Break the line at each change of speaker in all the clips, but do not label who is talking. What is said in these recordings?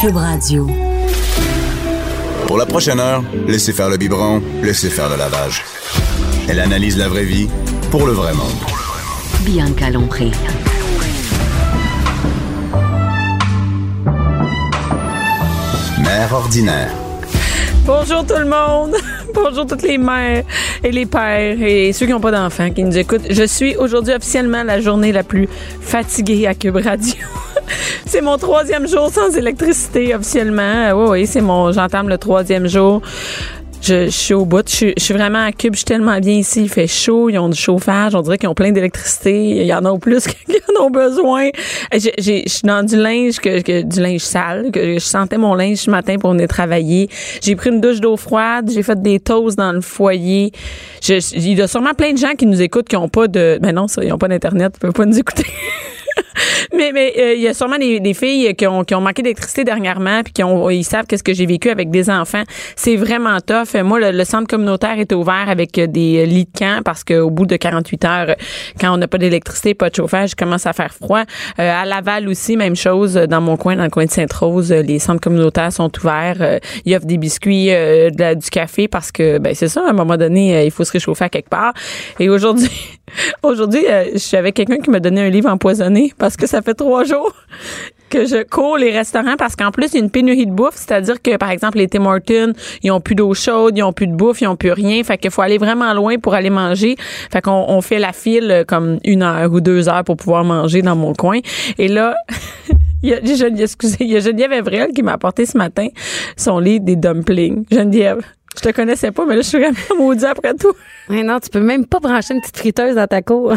Cube Radio.
Pour la prochaine heure, laissez faire le biberon, laissez faire le lavage. Elle analyse la vraie vie pour le vrai monde.
Bianca Lompré.
Mère ordinaire.
Bonjour tout le monde. Bonjour toutes les mères et les pères et ceux qui n'ont pas d'enfants qui nous écoutent. Je suis aujourd'hui officiellement la journée la plus fatiguée à Cube Radio. c'est mon troisième jour sans électricité officiellement. Oui, oui, c'est mon. J'entame le troisième jour. Je, je suis au bout. Je, suis- je suis vraiment à Cube. Je suis tellement bien ici. Il fait chaud. Ils ont du chauffage. On dirait qu'ils ont plein d'électricité. Il y en a au plus qu'ils en ont besoin. J'ai- j'ai- Je suis dans du linge, que, que- du linge sale. Que je sentais mon linge ce matin pour venir travailler. J'ai pris une douche d'eau froide. J'ai fait des toasts dans le foyer. Je- je- il y a sûrement plein de gens qui nous écoutent qui n'ont pas de. Ben non, ça, ils n'ont pas d'Internet. Ils peuvent pas nous écouter. Mais mais euh, il y a sûrement des, des filles qui ont, qui ont manqué d'électricité dernièrement puis qui ont ils savent qu'est-ce que j'ai vécu avec des enfants. C'est vraiment tough. Euh, Moi le, le centre communautaire était ouvert avec euh, des euh, lits de camp parce qu'au bout de 48 heures euh, quand on n'a pas d'électricité, pas de chauffage, il commence à faire froid. Euh, à Laval aussi même chose euh, dans mon coin dans le coin de Sainte-Rose, euh, les centres communautaires sont ouverts, Euh, ils offrent des biscuits, euh, de la- du café parce que ben c'est ça à un moment donné euh, il faut se réchauffer à quelque part. Et aujourd'hui Aujourd'hui, euh, je suis avec quelqu'un qui m'a donné un livre empoisonné parce que ça fait trois jours que je cours les restaurants parce qu'en plus, il y a une pénurie de bouffe. C'est-à-dire que, par exemple, les Tim Hortons, ils ont plus d'eau chaude, ils ont plus de bouffe, ils ont plus rien. Fait qu'il faut aller vraiment loin pour aller manger. Fait qu'on on fait la file euh, comme une heure ou deux heures pour pouvoir manger dans mon coin. Et là, Il y, a, Gene- excusez, il y a Geneviève Evrel qui m'a apporté ce matin son lit des dumplings. Geneviève, je te connaissais pas, mais là, je suis vraiment maudite après tout.
Ouais, non, tu peux même pas brancher une petite friteuse dans ta cour.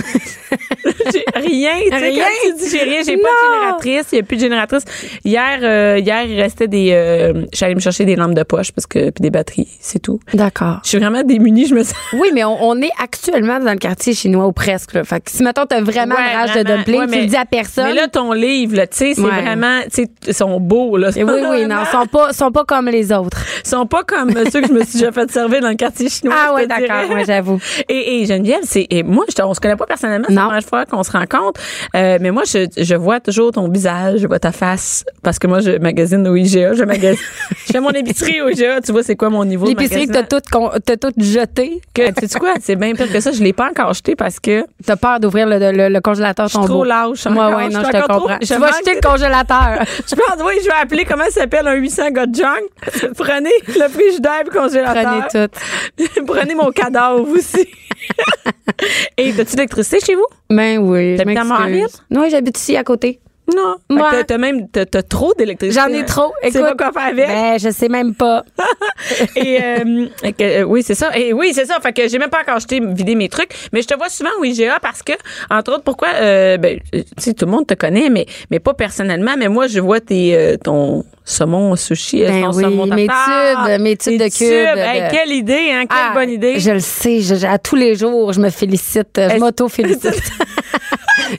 J'ai rien, tu sais,
Rien.
quand tu dis j'ai rien, j'ai pas de
Non.
génératrice, il n'y a plus de génératrice. Hier, euh, hier, il restait des, euh, j'allais me chercher des lampes de poche parce que, puis des batteries, c'est tout.
D'accord.
Je suis vraiment démunie, je me sens.
Oui, mais on, on est actuellement dans le quartier chinois ou presque. Là. Fait que si mettons t'as vraiment
Ouais,
une rage de
vraiment.
dumpling,
Ouais,
tu
mais-
le dis à personne.
Mais là, ton livre, là, tu sais, c'est
Ouais.
vraiment, tu sais, ils sont beaux, là.
Et oui, oui, non, sont pas, sont pas comme les autres.
Ils sont pas comme ceux que je me suis déjà fait servir dans le quartier chinois.
ah
je
ouais,
te dirais.
d'accord, moi j'avoue.
Et, et Geneviève, c'est et moi, je, te- on se connaît pas personnellement, c'est la
Non.
première fois qu'on se rencontre. Euh, mais moi, je, je vois toujours ton visage, je vois ta face, parce que moi, je magasine au IGA, je magasine, je fais mon épicerie au IGA. Tu vois, c'est quoi mon niveau de
L'épicerie que t'as
magasinage.
toute, con- t'as toute jetée, que
Que- tu sais quoi, c'est bien pire que ça. Je l'ai pas encore acheté parce que
t'as peur d'ouvrir le, le, le congélateur
je suis
tombeau.
trop lâche.
Ouais,
encore,
ouais, non,
suis
je te
encore trop-
comprends.
je
Tu vas
manque
jeter
de-
le congélateur.
Je pense, oui, je vais appeler, comment ça s'appelle, un 800 gars de junk. Prenez le frigidaire et le congélateur.
Prenez tout.
Prenez mon cadavre aussi. et t'as-tu de l'électricité chez vous?
Ben oui, je
T'habites à Montréal?
m'excuse. Non, j'habite ici à côté.
Non. Fait
Moi-
que T'as t'as même t'as, t'as trop d'électricité. hein.
J'en ai trop.
Tu sais
Écoute,
pas quoi faire avec.
Ben, je sais même pas.
Et euh, fait que, euh, oui, c'est ça. Et oui, c'est ça. Fait que j'ai même pas encore acheté vider mes trucs, mais je te vois souvent au IGA parce que entre autres pourquoi euh, ben euh, tu sais tout le monde te connaît mais mais pas personnellement, mais moi je vois tes euh, ton saumon au sushi, euh,
Ben
ton
oui,
saumon
mes
tartare,
tubes, mes tubes de cubes,
Hey,
de-
quelle idée hein, quelle
Ah,
bonne idée.
Je le sais, je- je- à tous les jours, je me félicite, euh, je
Est-ce-
m'auto-félicite.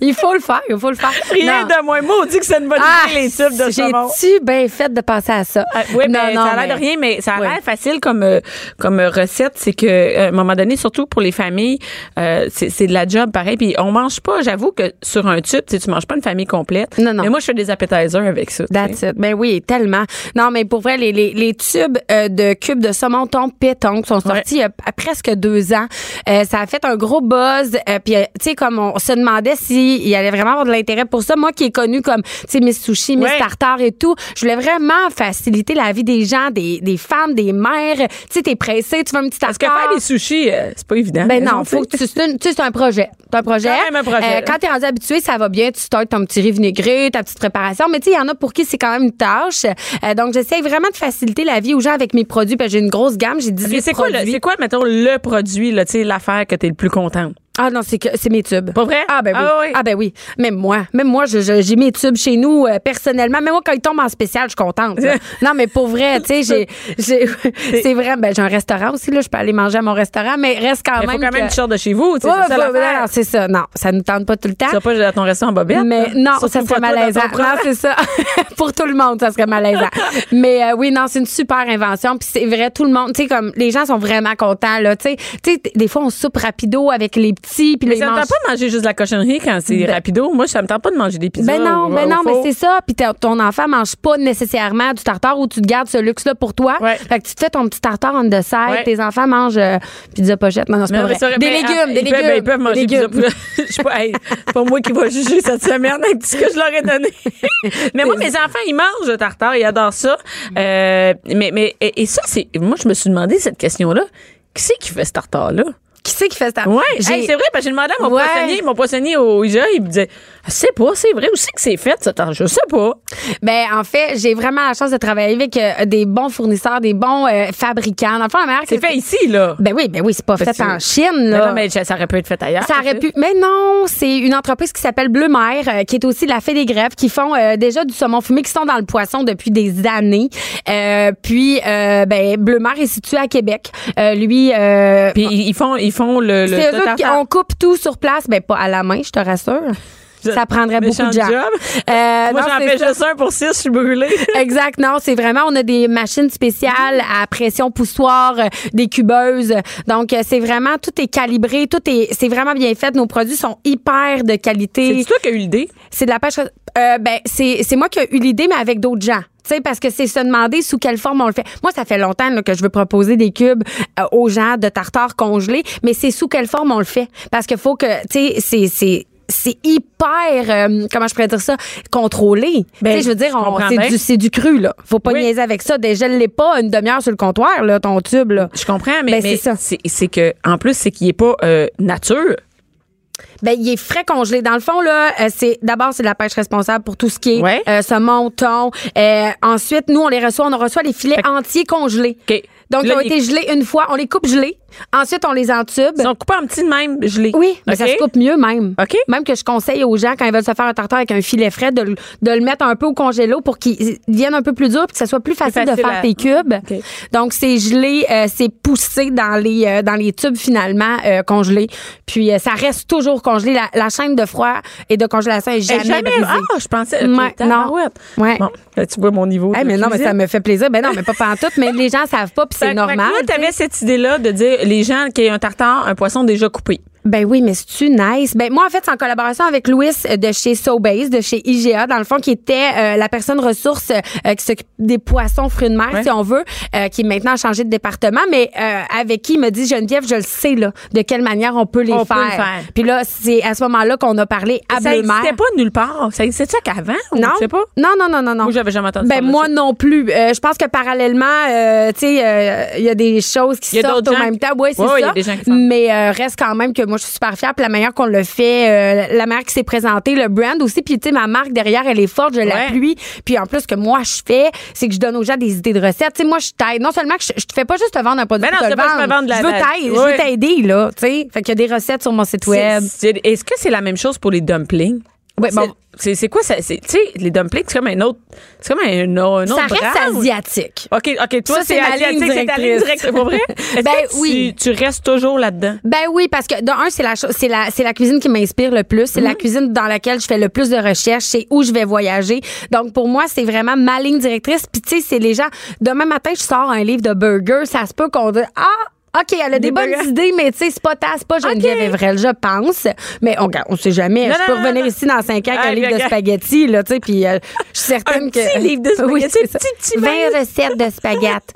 il faut le faire, il faut le faire.
Rien
Non.
de moins maudit que c'est une bonne
Ah,
idée les tubes de saumon.
J'ai-tu bien fait de passer à ça?
Euh, oui,
Non,
mais
non,
ça a l'air de
mais-
rien, mais ça a
Oui.
l'air facile comme euh, comme euh, recette. C'est que euh, à un moment donné, surtout pour les familles, euh, c'est c'est de la job pareil. Puis on mange pas. J'avoue que sur un tube, tu sais, tu manges pas une famille complète.
Non, non.
Mais moi, je fais des appetizers avec ça. tu sais.
That's it. Ben oui, tellement. Non, mais pour vrai, les, les, les tubes euh, de cubes de saumon ton pétanque sont sortis
Ouais.
il y a p- presque deux ans. Euh, ça a fait un gros buzz. euh, Puis, euh, tu sais, comme on se demandait s'il y allait vraiment avoir de l'intérêt pour ça. Moi qui est connue comme, tu sais, Miss Sushi, Miss
Ouais.
Tartare et tout, je voulais vraiment faciliter la vie des gens, des, des femmes, des mères. Tu sais, t'es pressé, tu veux un petit
Parce que
tartare.
faire des sushis, euh, c'est pas évident. Mais
Ben non,
on
faut
fait-
que tu c'est une- tu sais c'est un projet, c'est un projet. Euh,
Quand même un projet.
quand t'es rendu habitué, ça va bien, tu t'aides ton petit riz vinaigré, ta petite préparation, mais tu sais il y en a pour qui c'est quand même une tâche. Euh, donc j'essaie vraiment de faciliter la vie aux gens avec mes produits, parce que j'ai une grosse gamme, j'ai 18
Mais c'est quoi,
produits.
le- c'est quoi, mettons, le produit, là, tu sais, l'affaire que t'es le plus contente?
Ah non, c'est que c'est mes tubes.
Pas vrai?
Ah ben oui.
Ah
Ah,
oui.
ben oui. Même moi, même moi, je- je- j'ai mes tubes chez nous euh, personnellement. Même moi, quand ils tombent en spécial, je suis contente. là. non, mais pour vrai, tu sais, j'ai, j'ai- c'est vrai. Ben j'ai un restaurant aussi là. Je peux aller manger à mon restaurant, mais reste quand
Il faut
Ah, même.
quand même que tu
que-
sortes de chez vous. tu sais,
Ouais,
c'est ça
faut-
l'affaire.
non, c'est ça. Non, ça nous tente pas tout le temps.
Tu vas pas à ton restaurant en bobette.
Mais
là.
non,
Surtout
ça
pas
serait
toi dans
malaisant.
ton
Non,
propre-
c'est ça. Pour tout le monde, ça serait malaisant. Mais euh, oui, non, c'est une super invention. Puis c'est vrai, tout le monde, tu sais, comme les gens sont vraiment contents, là. Tu sais, Tu sais, t- des fois, on soupe rapido avec les petits, puis là,
Mais
ils
ça me
mangent-
tente pas de manger juste de la cochonnerie quand c'est rapido. Moi, ça me tente pas de manger des pizzas.
Ben
au-
non, ben
au
non, mais
four.
c'est ça. Puis ta- ton enfant mange pas nécessairement du tartare ou tu te gardes ce luxe-là pour toi.
Ouais.
Fait que tu te fais ton petit tartare on the side.
Ouais.
Tes enfants mangent euh, pizza pochette. Non, non, c'est
Mais
pas
ouais,
vrai.
c'est vrai,
Des
ben,
légumes,
ils
des
peuvent- ben,
légumes.
ils peuvent manger
des
pizza
légumes.
poulet. Je suis pas, hey, c'est pas moi qui va juger cette semaine un petit que je leur ai donné. mais moi, mes enfants, ils mangent le tartare, ils adorent ça. Euh, mais, mais, et, et ça, c'est. Moi, je me suis demandé cette question-là. Qui c'est qui fait ce tartare-là?
Qui c'est qui fait ça?
Ouais,
J'ai-
Ah, hey, c'est vrai, parce que j'ai demandé à mon
Ouais.
poissonnier, mon poissonnier au IGA, il me disait, Ah, c'est pas, c'est vrai, où c'est que c'est fait, ce tartare? Je sais pas.
Ben, en fait, j'ai vraiment la chance de travailler avec euh, des bons fournisseurs, des bons euh, fabricants. Dans le fond, la meilleure
C'est fait ici, là.
Ben oui, ben oui, c'est pas
Parce
fait en
que- Mais
Chine, là.
non, mais ça ça aurait pu être fait ailleurs.
Ça aurait pu. Mais non, c'est une entreprise qui s'appelle Bleu Mer, euh, qui est aussi la fée des grèves, qui font euh, déjà du saumon fumé, qui sont dans le poisson depuis des années. Euh, puis, euh, ben, Bleu Mer est situé à Québec. Euh, lui, euh,
Puis ils ils font, ils font le, le
c'est
le
eux autres qui-
tartare.
on coupe tout sur place, mais pas à la main, je te rassure. Ça prendrait beaucoup
Méchant
de gens.
job. Moi,
Euh, non,
j'en
c'est
fais
ça.
juste un pour six, je suis brûlée.
Exact, non, c'est vraiment, on a des machines spéciales à pression poussoir, euh, des cubeuses. Donc, euh, c'est vraiment, tout est calibré, tout est, c'est vraiment bien fait. Nos produits sont hyper de
C'est
qualité.
toi qui as eu l'idée.
C'est de la pêche. Euh, ben, c'est c'est moi qui ai eu l'idée, mais avec d'autres gens. Tu sais, parce que c'est se demander sous quelle forme on le fait. Moi, ça fait longtemps là, que je veux proposer des cubes euh, aux gens de tartare congelé, mais c'est sous quelle forme on le fait. Parce que faut que, tu sais, c'est- c'est c'est hyper, euh, comment je pourrais dire ça, contrôlé.
Ben,
tu sais, je veux dire,
je
on-
comprends
c'est
bien.
du, c'est du cru, là. Faut pas
Oui.
niaiser avec ça. Déjà, je l'ai pas une demi-heure sur le comptoir, là, ton tube, là.
Je comprends, mais,
Ben,
mais
c'est ça.
c'est c'est que, en plus, c'est qu'il n'est pas euh, nature.
Ben, il est frais congelé. Dans le fond, là, euh, c'est d'abord c'est de la pêche responsable pour tout ce qui est
Ouais.
euh, saumon, thon. Euh, ensuite, nous, on les reçoit, on reçoit les filets entiers congelés.
OK.
Donc,
Là,
ils ont
les-
été gelés une fois, on les coupe gelés. Ensuite, on les entube.
Ils sont coupés en petits de même, je l'ai.
Ben. Oui, mais ça se coupe mieux même.
OK.
Même que je conseille aux gens, quand ils veulent se faire un tartare avec un filet frais, de, le- de le mettre un peu au congélo pour qu'il devienne un peu plus dur puis que ça soit plus facile, de
facile
faire
à-
tes cubes.
OK.
Donc, c'est gelé, euh, c'est poussé dans les, euh, dans les tubes finalement euh, congelés. Puis, euh, ça reste toujours congelé. La, la chaîne de froid et de congélation est
Hey,
jamais,
jamais
brisée.
Ah, je pensais.
Ouais,
ok, tabarouette.
Ouais.
Bon, là, tu vois mon niveau.
Eh,
de
mais non, mais
cuisine.
ça me fait plaisir. Ben non, mais pas en tout, mais les gens savent pas, puis
Fait que- fait
c'est
que
normal.
Là, t'avais cette idée-là de dire les gens qui aient un tartare, un poisson déjà coupé.
Ben oui, mais c'est-tu nice? Ben moi, en fait, c'est en collaboration avec Louis euh, de chez Sobase, de chez IGA, dans le fond, qui était euh, la personne ressource euh, qui s'occupe des poissons, fruits de mer,
Ouais.
si on veut, euh, qui est maintenant changé de département, mais euh, avec qui il me dit, Geneviève, je le sais, là, de quelle manière on peut les
On peut
faire.
le faire.
Puis là, c'est à ce moment-là qu'on a parlé à
Ça
Bleu-Mer.
n'existait pas nulle part. Ça existait-tu qu'avant? ou
ben, Non.
Je sais pas.
Non, non, non, non, non.
Moi, j'avais jamais entendu
Ben
parler de
moi
ça.
non plus. Euh, je pense que parallèlement, euh, tu sais, euh, il y a des choses
Il y
qui
a
sortent
d'autres
au
gens
même
qui-
temps. Oui, c'est
Ouais, ouais, il y a
ça.
des gens qui sortent.
Mais euh, reste quand même que moi, je suis super fière. Puis la manière qu'on le fait, euh, la manière qui s'est présentée, le brand aussi. Puis tu sais, ma marque derrière, elle est forte, je l'appuie. Puis en plus, ce que moi je fais, c'est que je donne aux gens des idées de recettes. Tu sais, moi, je t'aide. Non seulement que je, je te fais pas juste te vendre un produit,
Ben non,
pour
c'est
te le
pas juste me vendre de la-
je veux
la-
t'aider, je
Ouais.
veux t'aider là. Tu sais, fait qu'il y a des recettes sur mon site web.
C'est- c'est- Est-ce que c'est la même chose pour les dumplings?
Ouais,
C'est-
bon.
C'est c'est quoi ça? c'est- Tu sais, les dumplings, c'est comme un autre. C'est comme un, un autre.
Ça reste
branche.
asiatique.
OK, OK, toi,
Ça,
c'est
c'est ma
asiatique,
ligne
c'est ta ligne
directrice.
directe, c'est pas vrai? Est-ce
Ben
que tu-
oui.
Tu restes toujours là-dedans.
Ben oui, parce que de un, c'est la, cho- c'est la, c'est la cuisine qui m'inspire le plus. C'est
Mm-hmm.
la cuisine dans laquelle je fais le plus de recherches. C'est où je vais voyager. Donc, pour moi, c'est vraiment ma ligne directrice. Puis, tu sais, c'est les gens. Demain matin, je sors un livre de burgers. Ça se peut qu'on dise Ah, OK, elle a des,
Des
bonnes
burgers.
idées, mais tu sais, c'est pas ta, c'est pas Geneviève Evrel, je pense. Mais on, on sait jamais.
Non,
je
non,
peux
non,
revenir
non.
ici dans cinq ans avec un
Ah,
livre de
regarde.
spaghettis, là, tu sais, puis euh, je suis certaine
Un
que.
petit livre de
Oui,
spaghettis,
c'est ça.
petit, petit
20
même.
recettes de spaghettis.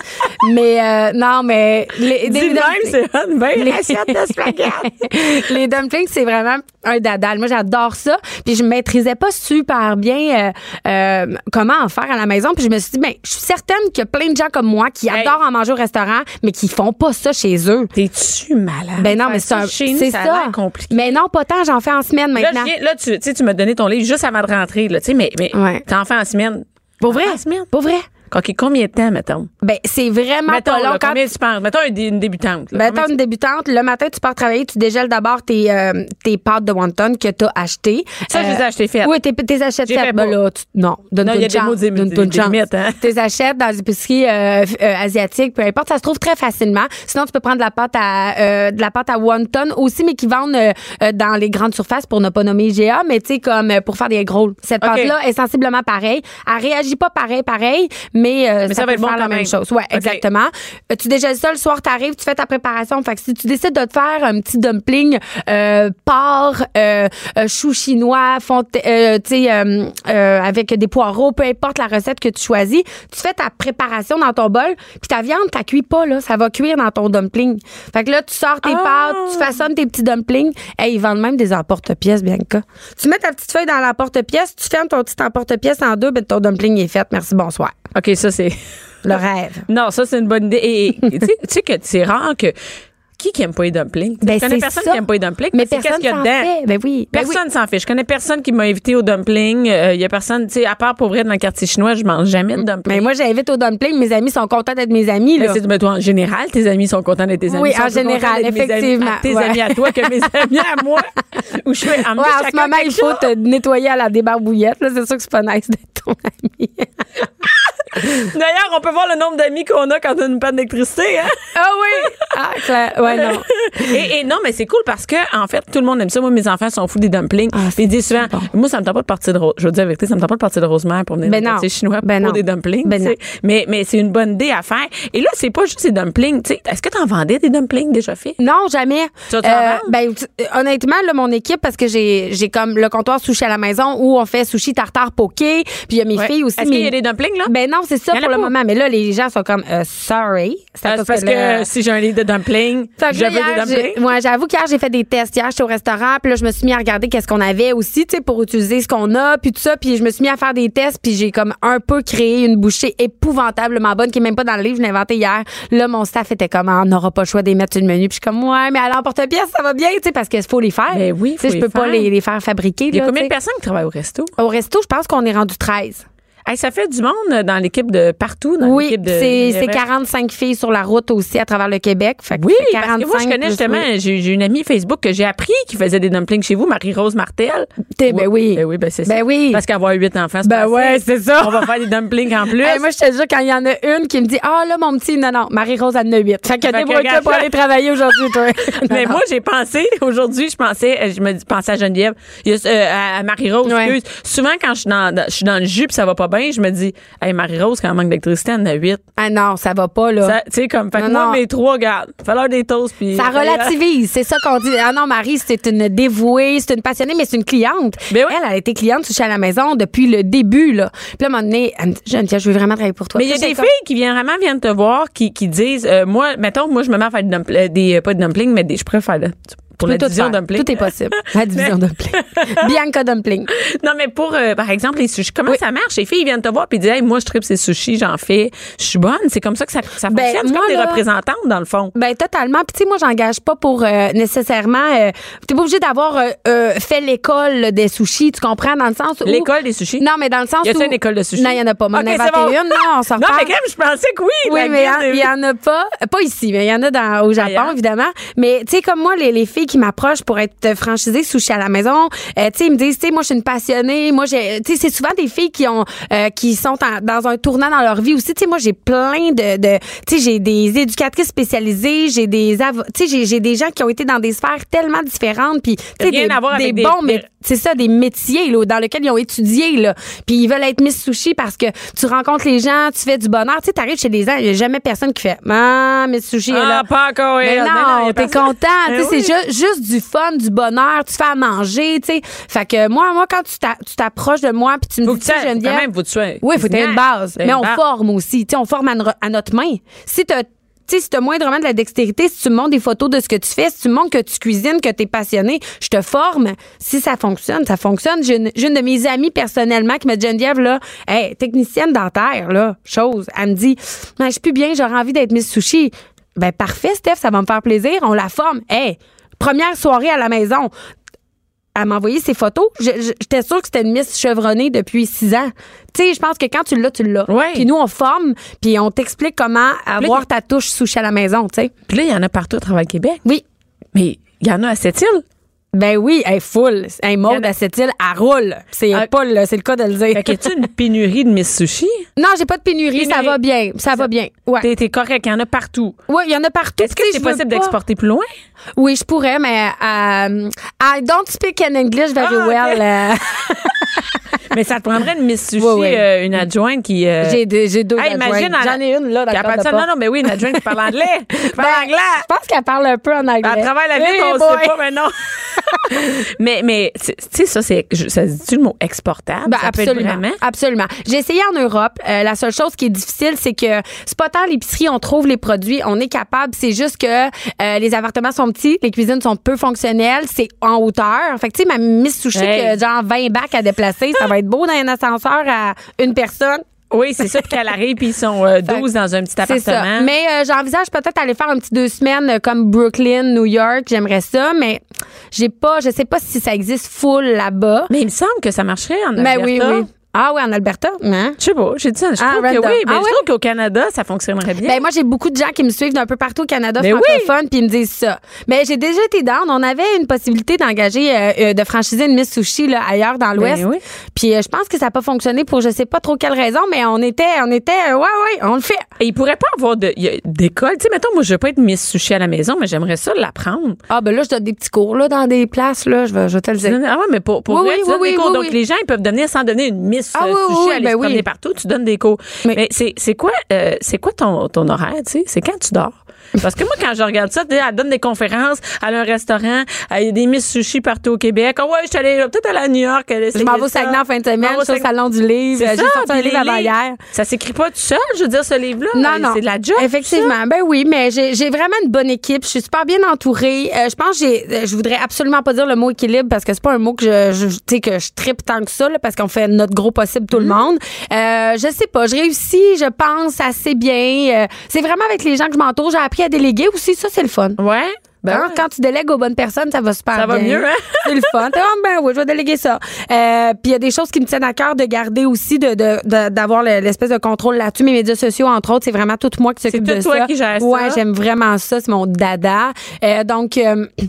mais euh, non, mais. Les,
Dis
des-
le même, c'est hot, ben,
Les-
assiette de spaghetti.
les dumplings, c'est vraiment un dadal. Moi, j'adore ça. Puis je maîtrisais pas super bien euh, euh, comment en faire à la maison. Puis je me suis dit, ben, je suis certaine qu'il y a plein de gens comme moi qui
Hey.
adorent en manger au restaurant, mais qui font pas ça chez eux.
T'es-tu malade?
Ben non, mais
Faire
c'est un-
chez nous,
c'est
ça. a
ça.
l'air compliqué.
Mais non, pas tant. J'en fais en semaine
Là,
maintenant.
je viens- là, tu, tu sais, tu m'as donné ton livre juste avant de rentrer, là, tu sais, mais, mais
Ouais.
t'en fais en semaine.
Pour vrai?
En semaine.
Pour vrai?
OK, combien de temps, mettons?
Ben, c'est vraiment
Mettons,
pas long.
là,
Quand
combien tu penses? Mettons une, dé- une débutante. là.
Mettons
Combien
Ben, une débutante, le matin, tu pars travailler, tu dégèles d'abord tes, euh, tes pâtes de wonton que tu as achetées. Euh,
Ça, je les ai achetées faites.
Oui, tes, tes achètes
J'ai fait
faites. Ben
pas.
là, tu- non, donne-toi
Non, il y a
une
des mots,
chance.
des-
Donne-toi
des-
une chance.
des mythes, hein.
Tes achètes dans les épiceries euh, f- euh, asiatiques, peu importe, ça se trouve très facilement. Sinon, tu peux prendre de la pâte à, euh, de la pâte à wonton aussi, mais qui vendent euh, euh, dans les grandes surfaces pour ne pas nommer GA, mais tu sais, comme euh, pour faire des gros. Cette
OK.
pâte-là est sensiblement pareille. Elle réagit pas pareil, pareil, mais, euh,
Mais
ça,
ça va
peut
être bon
faire la
quand
même
même.
chose. Ouais,
OK.
exactement. Euh, Tu dégèles ça le soir, t'arrives, tu fais ta préparation. Fait que si tu décides de te faire un petit dumpling euh, porc, euh, euh, chou chinois, fonte, euh, tu sais, euh, euh, avec des poireaux, peu importe la recette que tu choisis, tu fais ta préparation dans ton bol, puis ta viande, t'as cuit pas là, ça va cuire dans ton dumpling. Fait que là, tu sors tes
Ah!
pâtes, tu façonnes tes petits dumplings. et ils vendent même des emporte-pièces, Bianca. Tu mets ta petite feuille dans l'emporte-pièce, tu fermes ton petit emporte-pièce en deux, ben ton dumpling est fait. Merci, bonsoir.
OK, ça, c'est.
Le rêve.
Non, ça, c'est une bonne idée. Et, et- tu sais- tu sais que c'est rare que. Qui qui aime pas les dumplings?
Ben,
je connais
c'est
personne
ça.
qui aime pas les dumplings.
Mais
parce que
personne
qu'est-ce qu'il y a
s'en
dedans?
fait. Ben oui, ben oui.
Personne s'en fait. Je connais personne qui m'a invité au dumpling. Euh, Il y a personne, tu sais, à part pour vrai dans le quartier chinois, je mange jamais de dumplings.
Mais moi, j'invite au dumpling. Mes amis sont contents d'être mes amis.
Mais
Ben Là.
Ben, c'est- mais toi, en général, tes amis sont contents d'être tes amis.
Oui,
sont
en
plus contents
général,
d'être mes amis-
effectivement,
à Tes
ouais.
amis à toi que mes amis à moi. Où je fais en
Ouais, en ce moment, il faut te nettoyer à la débarbouillette. Là, c'est sûr que c'est pas nice d'être ton ami.
D'ailleurs, on peut voir le nombre d'amis qu'on a quand on a une panne d'électricité. Hein?
ah oui! Ah, clair. Ouais, non.
et, et non, mais c'est cool parce que, en fait, tout le monde aime ça. Moi, mes enfants sont fous des dumplings.
Ah,
Puis ils disent souvent, moi, ça me tente pas de partir de Rosemère. Je veux dire, avec toi, ça me tente pas de partir de Rosemère pour venir dans
Ben
le
non.
quartier chinois
Ben
pour
non.
des dumplings.
Ben
tu sais. mais mais c'est une bonne idée à faire. Et là, c'est pas juste des dumplings. tu sais. Est-ce que t'en vendais des dumplings déjà faits?
Non, jamais.
Tu vas te faire vendre?
ben, tu- euh, honnêtement, là, mon équipe, parce que j'ai j'ai comme le comptoir sushi à la maison où on fait sushi tartare poké. Puis il y a mes
Ouais.
filles aussi.
Est-ce qu'il y
mais-
a des dumplings, là?
Ben non, c'est ça
Il y en a
pour le
pas.
moment. Mais là, les gens sont comme, euh, sorry. C'est à
Ah,
cause
c'est parce que,
le-
si j'ai un livre de dumplings,
Fait que
je
là,
veux des
hier,
dumplings.
j'ai- ouais, j'avoue qu'hier, j'ai fait des tests. Hier, j'étais au restaurant, puis là, je me suis mis à regarder qu'est-ce qu'on avait aussi, tu sais, pour utiliser ce qu'on a, puis tout ça. Puis je me suis mis à faire des tests, puis j'ai comme un peu créé une bouchée épouvantablement bonne, qui est même pas dans le livre, je l'ai inventée hier. Là, mon staff était comme, Ah, on n'aura pas le choix de les mettre sur le menu. Puis je suis comme, ouais, mais à l'emporte-pièce, ça va bien, tu sais, parce qu'il faut les faire.
Ben oui,
Tu sais,
faut
je
les
peux pas
faire.
les, les faire fabriquer.
Il y a
là,
combien de
tu sais.
personnes qui travaillent au resto?
Au resto, je pense qu'on est rendu 13.
Hey, ça fait du monde euh, dans l'équipe de partout, dans
Oui,
l'équipe de.
c'est c'est
Mirabelle.
45 filles sur la route aussi à travers le Québec. Fait que
Oui,
c'est
parce que moi, je
45
connais
plus-
justement,
oui.
j'ai j'ai une amie Facebook que j'ai appris qui faisait des dumplings chez vous, Marie-Rose Martel.
T'es- ben oui.
Ben oui, ben c'est ça.
Ben oui.
Parce qu'avoir huit enfants, c'est
Ben
pas
ouais,
assez.
c'est ça.
On va faire des dumplings en plus.
Hey, moi, je te jure, quand il y en a une qui me dit Ah, là, mon petit, non, non, Marie-Rose, elle en a 8. Fait que
que
débrouille-toi
regarde
pour
ça.
aller travailler aujourd'hui, toi.
mais
Non,
moi, j'ai pensé, aujourd'hui, je pensais, euh, je me dis- pensais à Geneviève, il y a, euh, à à Marie-Rose,
Ouais.
excuse. Souvent, quand je suis dans, dans- je suis dans le jus pis ça va pas bien, je me dis, hey, Marie-Rose, quand elle manque d'électricité, elle en a huit.
non. Ah non, ça va pas, là.
Ça,
Ça,
Tu sais, comme, fait que
Non,
moi,
non.
mes trois, regarde, falloir des toasts puis.
relativise, c'est ça qu'on dit. Ah non, Marie, c'est une dévouée, c'est une passionnée, mais c'est une cliente.
Ben oui.
Elle, elle a été cliente suis à la maison depuis le début, là. Puis là, à un moment donné, elle me dit Geneviève, je veux vraiment travailler pour toi.
Mais il y a
Puis là,
des
j'ai
filles qui viennent vraiment viennent te voir qui, qui disent euh, moi mettons moi je me mets à faire des, dumpl- euh, des euh, pas de dumplings mais des je préfère là, pour
comme,
la
tout
division
faire.
dumpling.
Tout est possible. La division dumpling. Bianca dumpling.
non mais pour euh, par exemple les sushis comment ça marche les filles viennent te voir puis disent hey, moi je tripe ces sushis j'en fais je suis bonne c'est comme ça que ça, ça
Ben,
fonctionne c'est
moi,
comme des
là-
représentantes dans le fond.
Ben totalement. Puis tu sais, moi, j'engage pas pour euh, nécessairement. euh, T'es pas obligé d'avoir euh, euh, fait l'école des sushis. Tu comprends dans le sens où
L'école des sushis?
Non, mais dans le sens
Y a-t-il
où
une école de sushis?
Non, il y en a pas. M'en
Ok,
ai
c'est
inventé
bon.
une. Non, on s'en
Non
reparle.
mais quand même je pensais que oui.
Oui,
la euh,
mais
guise
il
des-
y, en a pas. Pas ici, mais il y en a dans, au Japon,
Ailleurs.
évidemment. Mais, tu sais, comme moi, les, les filles qui m'approchent pour être franchisées sushi à la maison, euh, tu sais, ils me disent, tu sais, moi, je suis une passionnée. Moi, j'ai, tu sais, c'est souvent des filles qui ont, euh, qui sont en- dans un tournant dans leur vie aussi. Tu sais, moi, j'ai plein de, de tu sais, j'ai des éducatrices spécialisées, j'ai des, avo- tu sais, j'ai- j'ai des gens qui ont été dans des sphères tellement différentes, puis, tu sais,
Rien
des,
à voir
des
avec des-
bons, mais
des-
c'est ça, des métiers là, dans lesquels ils ont étudié. Là. Puis ils veulent être Miss Sushi parce que tu rencontres les gens, tu fais du bonheur. Tu sais, t'arrives chez les gens, il n'y a jamais personne qui fait Ah, Miss Sushi est là.
Ah, pas encore
Mais
elle. Mais non,
non,
y a
t'es
personne.
content. Tu
Ben
sais,
oui.
C'est ju- juste du fun, du bonheur. Tu fais à manger, tu sais. Fait que moi, moi quand tu t'a- tu t'approches de moi puis tu me
Faut
dis,
que
tu sais,
tu aies-
Geneviève-
quand même, faut que tu aies-
Oui, faut que tu aies une base.
T'as une
Mais on
base.
forme aussi. Tu sais, on forme à, no- à notre main. Si t'as tu sais, si t'as moindrement de la dextérité, si tu me montres des photos de ce que tu fais, si tu me montres que tu cuisines, que tu es passionné, je te forme. Si ça fonctionne, ça fonctionne. J'ai une, j'ai une de mes amies personnellement qui m'a dit Geneviève, là, hey, technicienne dentaire, là, chose. Elle me dit Ben, Je suis plus bien, j'aurais envie d'être Miss Sushi. Ben, parfait, Steph, ça va me faire plaisir. On la forme. Hey, première soirée à la maison. à m'envoyer ses photos, je- je- j'étais sûre que c'était une miss chevronnée depuis six ans. Tu sais, je pense que quand tu l'as, tu l'as.
Ouais.
Puis nous, on forme, puis on t'explique comment avoir ta touche souche à la maison, tu sais.
Puis là, il y en a partout à travers le Québec.
Oui.
Mais il y en a à cette île.
Ben oui, elle est full. Elle
Il y en
mode
a-
à cette île, elle roule. C'est
Ah.
pas le, c'est le cas de le dire.
Fait que tu une pénurie de Miss Sushi?
Non, j'ai pas de pénurie, ça
Pénurie.
va bien, ça, va bien. Ouais.
T'es, t'es correct, il y en a partout.
Ouais, il y en a partout.
Est-ce que
Tu sais,
c'est
je veux
possible
pas-
d'exporter plus loin?
Oui, je pourrais, mais euh, I don't speak in English very
Ah, ok.
well. euh,
Mais ça te prendrait une Miss Sushi,
Ouais, ouais.
euh, une adjointe qui. euh,
j'ai deux, j'ai deux
Hey, imagine,
adjointes.
elle-
J'en ai une là,
qui
d'accord.
appelle ça. Non, non, mais oui, une adjointe qui parle anglais. Qui parle anglais.
Ben, Je pense qu'elle parle un peu en anglais.
Elle travaille la
Eh
vie, on
boy.
sait pas, mais non. mais, mais tu tu sais, ça, c'est, je- ça se dit-tu le mot exportable?
Ben,
ça peut être
absolument,
vraiment.
absolument. J'ai essayé en Europe. Euh, la seule chose qui est difficile, c'est que c'est pas tant l'épicerie, on trouve les produits, on est capable. C'est juste que euh, les appartements sont petits, les cuisines sont peu fonctionnelles, c'est en hauteur. Fait que tu sais, ma mise touchée
Hey.
que genre 20 bacs à déplacer, ça va être beau dans un ascenseur à une personne.
Oui, c'est ça, puis qu'elle arrive, puis ils sont euh, 12 dans un petit
C'est
appartement.
ça. Mais euh, j'envisage peut-être aller faire un petit deux semaines euh, comme Brooklyn, New York. J'aimerais ça, mais j'ai pas, je sais pas si ça existe full là-bas.
Mais il me semble que ça marcherait en
Mais
Alberta.
oui, oui. Ah oui, en Alberta. Hein?
Je sais pas, j'ai dit ça. Je
Ah,
trouve que
random.
oui, mais
Ah
je
ouais?
trouve qu'au Canada, ça fonctionnerait bien.
Ben, moi, j'ai beaucoup de gens qui me suivent d'un peu partout au Canada
Mais oui!
francophone, puis ils me disent ça. Mais j'ai déjà été down. On avait une possibilité d'engager, euh, euh, de franchiser une Miss Sushi là, ailleurs dans l'Ouest.
Ben oui.
Puis euh, je pense que ça n'a pas fonctionné pour je sais pas trop quelle raison, mais on était, on était, euh, ouais, ouais, on le fait.
Et il pourrait pas avoir de- y a- d'école. Tu sais, mettons, moi, je veux pas être Miss Sushi à la maison, mais j'aimerais ça l'apprendre.
Ah, ben là, je donne des petits cours là, dans des places, là, je vais, je vais te le
Tu
dire.
donnes- Ah ouais, mais pour, pour
Oui,
vrai,
oui,
tu donnes
oui,
des
oui,
cours.
oui,
Donc,
oui.
les gens, ils peuvent devenir, sans donner une Miss
Ah
euh,
oui,
Sushi,
oui,
aller
ben
se
oui.
promener partout, tu donnes des cours. Mais,
Mais-
c'est c'est quoi, euh, c'est quoi ton, ton horaire, tu sais? C'est quand tu dors? Parce que moi, quand je regarde ça, tu sais, elle donne des conférences, elle a un restaurant, elle- il y a des Miss Sushi partout au Québec. Ah ouais, je suis allée je vais peut-être aller à New York. aller
Je m'en
essayer
vais au
ça.
Saguenay en fin de
Je m'en
semaine,
vais
je
au
suis au
Saguenay.
Salon du Livre.
C'est
J'ai
ça,
sorti un
puis les
livre avant
livres.
hier.
Ça s'écrit pas tout seul, je veux dire, ce livre-là. euh,
Non, non.
C'est de la job.
Effectivement. Ben oui, mais j'ai j'ai vraiment une bonne équipe. Je suis super bien entourée. Euh, je pense que j'ai- euh, je voudrais absolument pas dire le mot équilibre parce que c'est pas un mot que je, je- tu sais, que je tripe tant que ça, là, parce qu'on fait notre gros possible tout
Mm-hmm.
le monde. Euh, je sais pas. Je réussis, je pense, assez bien. Euh, c'est vraiment avec les gens que je m'entoure. J'ai appris à déléguer aussi. Ça, c'est le fun.
ça. Ouais. Ben,
Hein,
ouais.
Quand tu délègues aux bonnes personnes, ça va super
Ça
bien.
va mieux, hein?
C'est le fun. T'es, Ah, ben oui, je vais déléguer ça. Euh, Puis il y a des choses qui me tiennent à cœur de garder aussi, de, de- de- d'avoir le- l'espèce de contrôle là-dessus. Mes médias sociaux, entre autres, c'est vraiment tout moi qui s'occupe
tout
de ça.
toi qui gères ça.
Ouais, j'aime vraiment ça. C'est mon dada. Euh, donc... euh,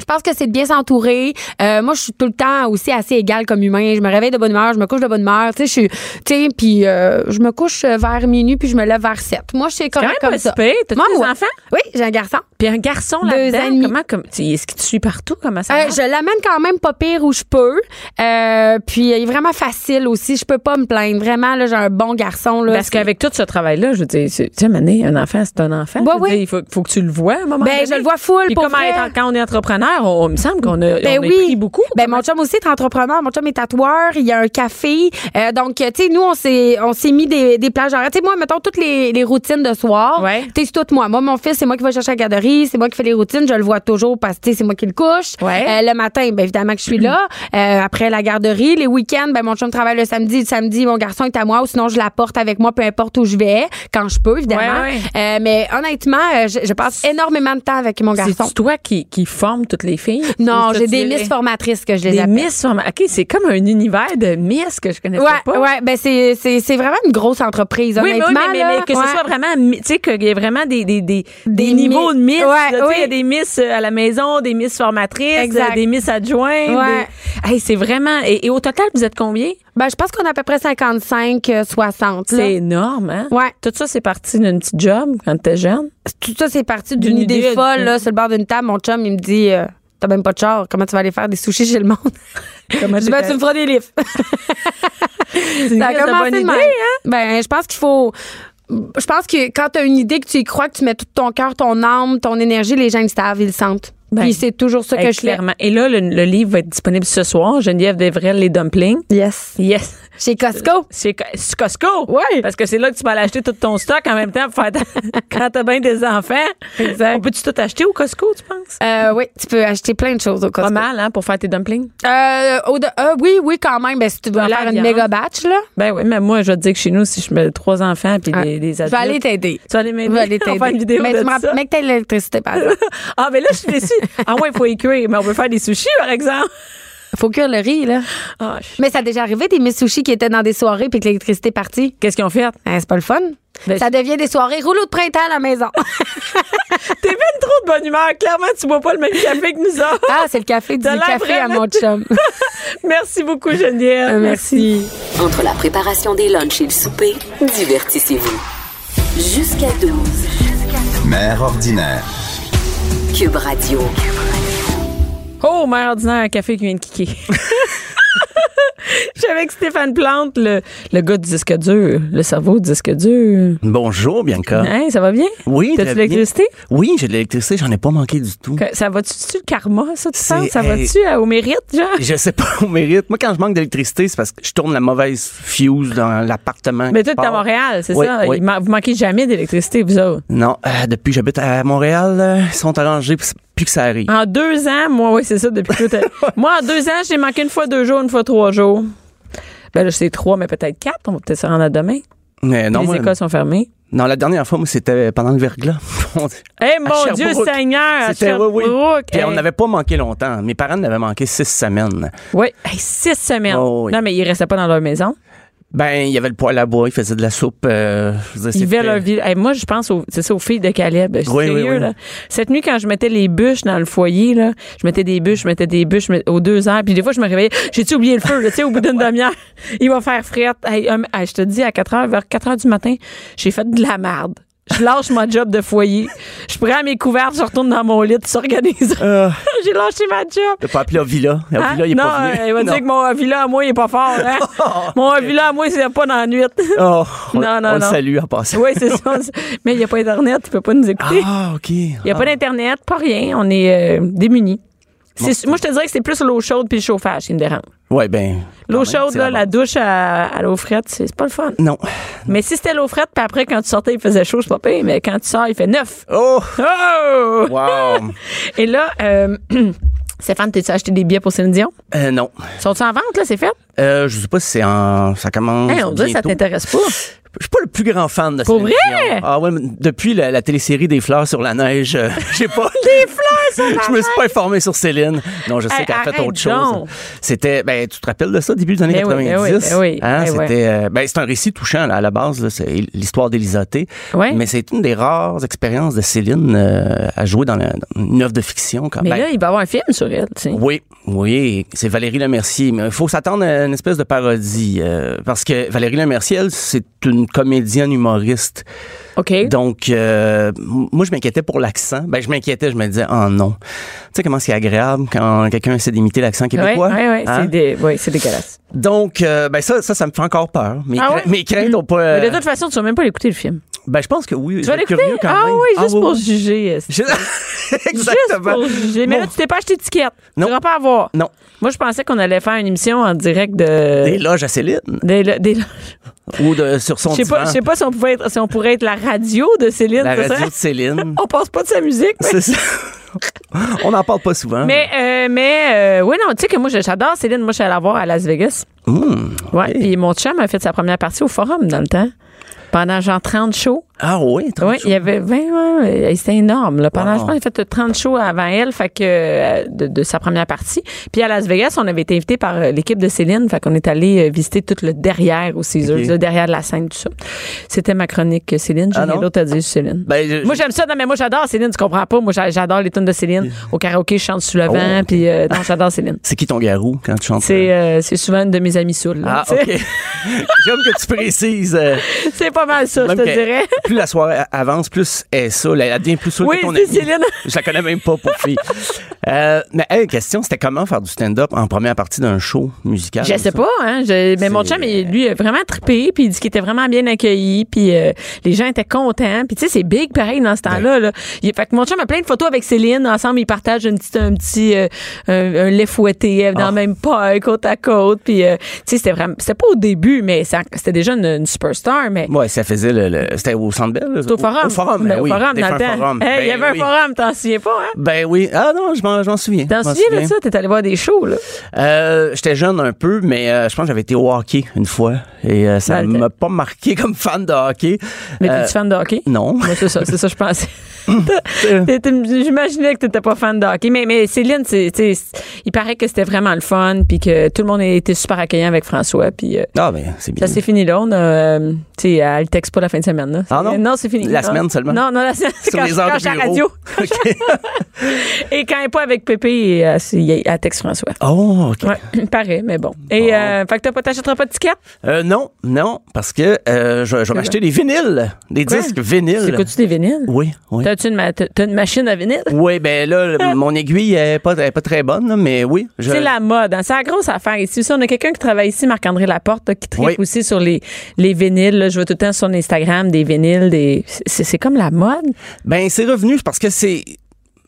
je pense que c'est de bien s'entourer. Euh, moi, je suis tout le temps aussi assez égale comme humain. Je me réveille de bonne humeur, je me couche de bonne humeur. Tu sais, je suis, tu sais, puis euh, je me couche vers minuit puis je me lève vers 7. Moi, je suis
quand
correct
même pas
comme ça.
si pire. T'as-tu
Moi,
des
ouais.
enfants?
Oui, j'ai un garçon.
Puis un garçon
Deux ans et
là-dedans,
demi.
comment comme tu- est-ce qu'il te suit partout Comment ça
Euh,
marche?
je l'amène quand même pas pire où je peux. Euh, puis euh, il est vraiment facile aussi. Je peux pas me plaindre. Vraiment, là, j'ai un bon garçon. Là,
Parce qu'avec tout ce travail-là, je veux dire, c'est- tu sais, Mané, un enfant, c'est un enfant.
Ouais,
Je veux
ouais.
dire, il faut, faut que tu le vois à un moment
Ben,
donné.
je le vois full,
Puis
pour
comment
vrai.
être- quand on est entrepreneur, on, on me semble qu'on a,
Ben
on a
oui.
pris beaucoup.
Ben, mon chum aussi est entrepreneur. Mon chum est tatoueur. Il a un café. Euh, donc, euh, tu sais, nous, on s'est, on s'est mis des, des plages horaires. Tu sais, moi, mettons toutes les, les routines de soir.
Ouais.
Tu sais, c'est tout moi. Moi, mon fils, c'est moi qui vais chercher à la garderie. C'est moi qui fais les routines. Je le vois toujours parce que, tu sais, c'est moi qui le couche.
Ouais.
Euh, le matin, ben, évidemment que je suis là. Euh, après la garderie, les week-ends, ben, mon chum travaille le samedi. Le samedi, mon garçon est à moi ou sinon, je l'apporte avec moi, peu importe où je vais, quand je peux, évidemment.
Ouais, ouais.
Euh, mais honnêtement, euh, je, je passe énormément de temps avec mon garçon.
C'est toi qui, qui forme toutes les filles.
Non,
Ou ça,
j'ai
tu
des
les-
miss formatrices que je les
Des
appelle.
miss forme- Ok, c'est comme un univers de miss que je connaissais
Ouais,
pas.
ouais, ben c'est, c'est, c'est vraiment une grosse entreprise,
Oui, mais,
honnêtement.
oui, mais, mais-
là.
mais que
Ouais.
ce soit vraiment, mi- tu sais, qu'il y ait vraiment des, des, des, des
Des
niveaux
mi-
de miss. là,
Ouais,
tu sais,
oui.
Il y a des miss euh, à la maison, des miss formatrices,
Exact.
euh, des miss adjointes.
Ouais.
des- Hey, c'est vraiment. Et, et au total, vous êtes combien?
Ben, je pense qu'on a à peu près 55, euh, 60. là.
C'est énorme, hein?
Ouais.
Tout ça, c'est parti d'une petite job quand t'es jeune.
Tout ça, c'est parti d'une
D'une
idée,
idée,
folle,
d'une-
là, sur le bord d'une table. Mon chum, il me dit, euh, t'as même pas de char, comment tu vas aller faire des sushis chez le monde?
Comment
Je dis, ben, tu me feras des livres.
C'est une
Ça a
crise de
commencé
bonne
de
idée,
même.
hein?
Ben, je pense qu'il faut. Je pense que quand t'as une idée que tu y crois, que tu mets tout ton cœur, ton âme, ton énergie, les gens ils le savent, ils le sentent.
Ben,
Puis c'est toujours ça que
Eh,
je fais.
clairement. Et là, le, le livre va être disponible ce soir. Geneviève Devrel, Les Dumplings.
Yes.
Yes.
Chez Costco.
C'est Co- c'est Costco.
Ouais.
Parce que c'est là que tu vas aller acheter tout ton stock en même temps pour faire ta- quand t'as bien des enfants.
Exact.
On peut-tu tout acheter au Costco, tu penses?
Euh, oui, tu peux acheter plein de choses au
Pas
Costco.
mal, hein, pour faire tes dumplings.
Euh, au de- euh, oui, oui, quand même. Ben, si tu veux
Dans la
faire une
viande.
méga batch, là,
Ben oui, mais moi, je vais te dire que chez nous, si je mets trois enfants puis des, des
Ah. je vais
adultes.
aller t'aider.
Tu vas aller
Je
m'aider.
vais aller
On va
t'aider.
faire une vidéo
mais
de
tu me
ça. ben
rappelles- mais que t'aies l'électricité, par exemple.
ah, mais là, je suis déçue. Ah ouais, il faut y cuire. Mais on peut faire des sushis, par exemple.
Faut cuire le riz, là.
Ah, je-
Mais ça a déjà arrivé des Miss Sushi qui étaient dans des soirées puis que l'électricité est partie.
Qu'est-ce qu'ils ont fait?
Hein, c'est pas le fun.
Ben,
ça devient des soirées rouleau de printemps à la maison.
T'es bien trop de bonne humeur. Clairement, tu bois pas le même café que nous autres.
ah, c'est le café du
T'as l'air
café à
vraiment-
mon chum.
Merci beaucoup, Geneviève.
Euh, merci.
Entre la préparation des lunchs et le souper, divertissez-vous. Jusqu'à 12.
Mère ordinaire.
Cube Radio.
Oh, mère ordinaire à café qui vient de kicker. Je suis avec Stéphane Plante, le, le gars du disque dur, le cerveau du disque dur.
Bonjour, Bianca.
Hein, ça va bien?
Oui,
T'as-tu
très
de
bien.
l'électricité?
Oui, j'ai de l'électricité, j'en ai pas manqué du tout.
Que- Ça va-tu tu le karma, ça, tu
C'est-
sens? Ça va-tu
hey.
euh, au mérite, genre?
Je sais pas au mérite. Moi, quand je manque d'électricité, c'est parce que je tourne la mauvaise fuse dans l'appartement.
Mais toi,
qui
t'es à
part.
Montréal, c'est
Oui,
ça?
oui.
Il man- Vous manquez jamais d'électricité, vous autres.
Non, euh, depuis que j'habite à Montréal, euh, ils sont arrangés puis c'est- puis que ça arrive.
En deux ans, moi, oui, c'est ça, depuis que toi, t'as- Moi, en deux ans, j'ai manqué une fois deux jours, une fois trois jours. Ben là, c'est trois, mais peut-être quatre. On va peut-être se rendre à demain.
Mais Euh, non,
les
moi,
écoles sont fermées.
non, la dernière fois, moi, c'était pendant le verglas. On-
Eh mon Dieu
Sherbrooke.
Seigneur, à
C'était- oui, oui.
Sherbrooke.
Puis
Eh.
on n'avait pas manqué longtemps. Mes parents n'avaient manqué six semaines.
Oui, Hey, six semaines.
Oh, oui.
Non, mais ils restaient pas dans leur maison.
Ben, il y avait le poêle à bois, ils faisaient de la soupe. euh, je veux dire,
Ils
c'était-
vivaient leur vie. Hey, moi, je pense aux, c'est ça, aux filles de Caleb. Je suis
Oui, oui,
sérieux,
oui.
là. Cette nuit, quand je mettais les bûches dans le foyer, là, je mettais des bûches, je mettais des bûches mais aux deux heures. Puis des fois, je me réveillais. J'ai-tu oublié le feu? là? Tu sais, au bout d'une demi-heure, il va faire frette. Hey, hum, hey, je te dis, à 4 heures, vers 4 heures du matin, j'ai fait de la merde. Je lâche mon job de foyer. Je prends mes couvertes, je retourne dans mon lit, je s'organise.
Euh,
j'ai lâché ma job.
T'as pas appelé à Villa. À
Hein?
Villa, il est
non,
pas venu.
euh, il va dire que mon villa à moi, il est pas fort. hein? mon villa à moi, c'est pas dans la nuit.
Oh, on,
Non, non,
on le
non.
salue en passant.
oui, c'est ça. Mais il n'y a pas Internet, il peut pas nous écouter.
Ah, OK. Il
Il n'y a pas d'Internet, pas rien. On est euh, démunis. C'est- moi, je te dirais que c'est plus l'eau chaude puis le chauffage qui me dérange.
Ouais, ben. quand
L'eau
même,
chaude,
c'est
là, la
base. Mm.
douche à, à l'eau frette, c'est c'est pas le fun.
Non.
Mais si c'était l'eau frette, puis après, quand tu sortais, il faisait chaud, c'est pas pire, mais quand tu sors, il fait neuf.
Oh!
Oh!
Wow!
Et là, euh, Stéphane, t'es-tu acheté des billets pour Céline Dion?
Euh, non.
Sont-ils en vente, là? C'est fait?
Euh, je sais pas si c'est en. Ça commence.
Hey, on dirait que ça
bientôt.
t'intéresse pas.
Je suis pas le plus grand fan de
Pour
Céline
vrai?
Dion. Ah ouais, mais depuis la, la télésérie des fleurs sur la neige, euh, j'ai pas. Les fleurs sur la Je me suis pas informé sur Céline. Non, je sais
Hey,
qu'elle a fait
arrête
autre chose.
donc.
C'était, ben, tu te rappelles de ça, début des années
Ben oui,
90?
ben oui, ben oui,
Hein,
ben oui.
c'était, euh, ben, c'est un récit touchant, là, à la base, là, c'est l'histoire d'Élisa T.
Ouais.
Mais c'est une des rares expériences de Céline euh, à jouer dans, la- dans une œuvre de fiction, quand
Mais
ben,
là, il va y avoir un film sur elle, tu sais.
Oui, oui, c'est Valérie Lemercier. Mais il faut s'attendre à une espèce de parodie. euh, parce que Valérie Lemercier, elle, c'est une comédienne humoriste.
OK.
Donc, euh, m- moi, je m'inquiétais pour l'accent. Ben, je m'inquiétais, je me disais, oh non. Tu sais comment c'est agréable quand quelqu'un essaie d'imiter l'accent
Oui,
québécois? hein?
c'est dé- ouais, c'est dégueulasse.
Donc, euh, ben ça, ça, ça me fait encore peur. Mes,
Ah
cra-
ouais?
mes craintes n'ont pas... euh,
Mais de toute façon, tu vas même pas l'écouter, le film.
ben, je pense que oui.
Tu vas l'écouter?
curieux quand
Ah
même.
oui, juste
oui,
pour
oui.
juger. c'est-
Je- Exactement.
Juste pour juger. Mais
Mon-
là, tu t'es pas acheté d'étiquette. Tu
Non.
n'iras pas avoir.
Non.
Moi, je pensais qu'on allait faire une émission en direct de...
Des loges à Céline.
des lo- des lo-
Ou de, sur son
Je sais pas,
divan.
je sais pas si on pouvait être, si on pourrait être la radio de Céline.
La
c'est ça?
radio de Céline.
On passe pas de sa musique. Mais,
C'est ça. On n'en parle pas souvent.
mais, euh, mais, euh, oui, non, tu sais que moi, je- j'adore Céline. Moi, je suis allée la voir à Las Vegas.
Mmh.
Ouais. Puis mon chum a fait sa première partie au Forum dans le temps. Pendant genre 30 shows.
Ah oui, très
Oui, il y avait 20, ouais, ouais, c'était énorme. Là. Pendant,
Wow.
je pense, il a fait 30 shows avant elle, fait que euh, de, de sa première partie. Puis à Las Vegas, on avait été invité par euh, l'équipe de Céline, fait qu'on est allé euh, visiter tout le derrière aussi,
Ok.
le derrière de la scène, tout ça. C'était ma chronique euh, Céline. J'ai
Ah
rien
non?
d'autre à dire sur Céline.
Ben, je-
moi j'aime ça, non mais moi j'adore Céline, tu comprends pas. Moi j'a- j'adore les tunes de Céline. Au karaoké, je chante sous
Ah,
le vent, puis euh, non, j'adore Céline.
C'est qui ton garou quand tu chantes?
C'est euh, c'est souvent une de mes amies saoules. là,
Ah,
tu sais.
OK. J'aime que tu précises. euh,
C'est pas mal ça, je
même
te
que
dirais.
Plus la soirée avance, plus elle est ça. Elle elle devient plus saoule
Oui,
que ton
c'est
amie.
Céline.
Je la connais même pas pour fille. Euh, mais hey, question, c'était comment faire du stand-up en première partie d'un show musical?
Je
comme
sais
Ah, ça?
pas, hein. je- mais mon
C'est- euh,
chum, il- lui, a vraiment trippé, puis il dit qu'il était vraiment bien accueilli, puis euh, les gens étaient contents. Puis tu sais, c'est big pareil dans ce
Ben.
temps-là. Là. Il- fait que mon chum a plein de photos avec Céline. Ensemble, ils partagent une petite, un petit euh, un, un lait fouetté euh,
Ah.
dans le même paille, côte à côte. Puis euh, tu sais, c'était vraiment, c'était pas au début, mais ça- c'était déjà une, une superstar, mais.
Ouais, ça faisait le. le- c'était au Centre Bell? là?
c'était Au forum.
Au forum,
Ben,
ben oui.
Au forum, dans
défunt
le temps.
forum.
Hey, il y
Ben
avait
oui.
un forum, t'en souviens pas, hein?
Ben oui. Ah non, je m'en, je m'en souviens.
T'en
Je m'en
souviens de ça? T'es allé voir des shows, là.
Euh, J'étais jeune un peu, mais euh, je pense que j'avais été au hockey une fois. Et euh, ça
Dans le
m'a pas marqué comme fan de hockey.
Mais
Euh,
t'es-tu fan de hockey?
non.
Moi, c'est ça, c'est ça, je pensais. T'es- t'es- J'imaginais que t'étais pas fan de hockey. Mais, mais Céline, c'est, tu sais, il paraît que c'était vraiment le fun, puis que tout le monde était super accueillant avec François. Puis euh,
Ah, ben, c'est bien.
ça, c'est fini là. On a, euh, tu sais, elle texte pas la fin de semaine. Là.
Ah non?
Non, c'est fini.
La
Non.
semaine seulement?
Non, non, la semaine. C'est
Sur
quand,
les
je-
heures
quand
de
j'ai la
bureau.
radio.
OK.
Et quand elle est pas avec Pépé, euh, c'est- elle, texte François.
Oh, OK.
Ouais, il paraît, mais bon. Et,
Bon.
euh, fait que t'as pas, t'achèteras pas de ticket?
Euh, non, non, parce que euh, je, je vais m'acheter des vinyles, des
Quoi?
disques vinyles.
T'écoutes-tu des vinyles?
Oui, oui.
T'as-tu une, ma- t'as- t'as une machine à vinyle?
Oui, ben là, le- mon aiguille est pas, elle est pas très bonne, là, mais oui. je-
C'est la mode. hein. C'est la grosse affaire ici. Aussi, on a quelqu'un qui travaille ici, Marc-André Laporte, là, qui tripe
Oui.
aussi sur les, les vinyles. là. Je vois tout le temps sur Instagram des vinyles. Des... C'est, c'est comme la mode.
Ben, c'est revenu parce que c'est.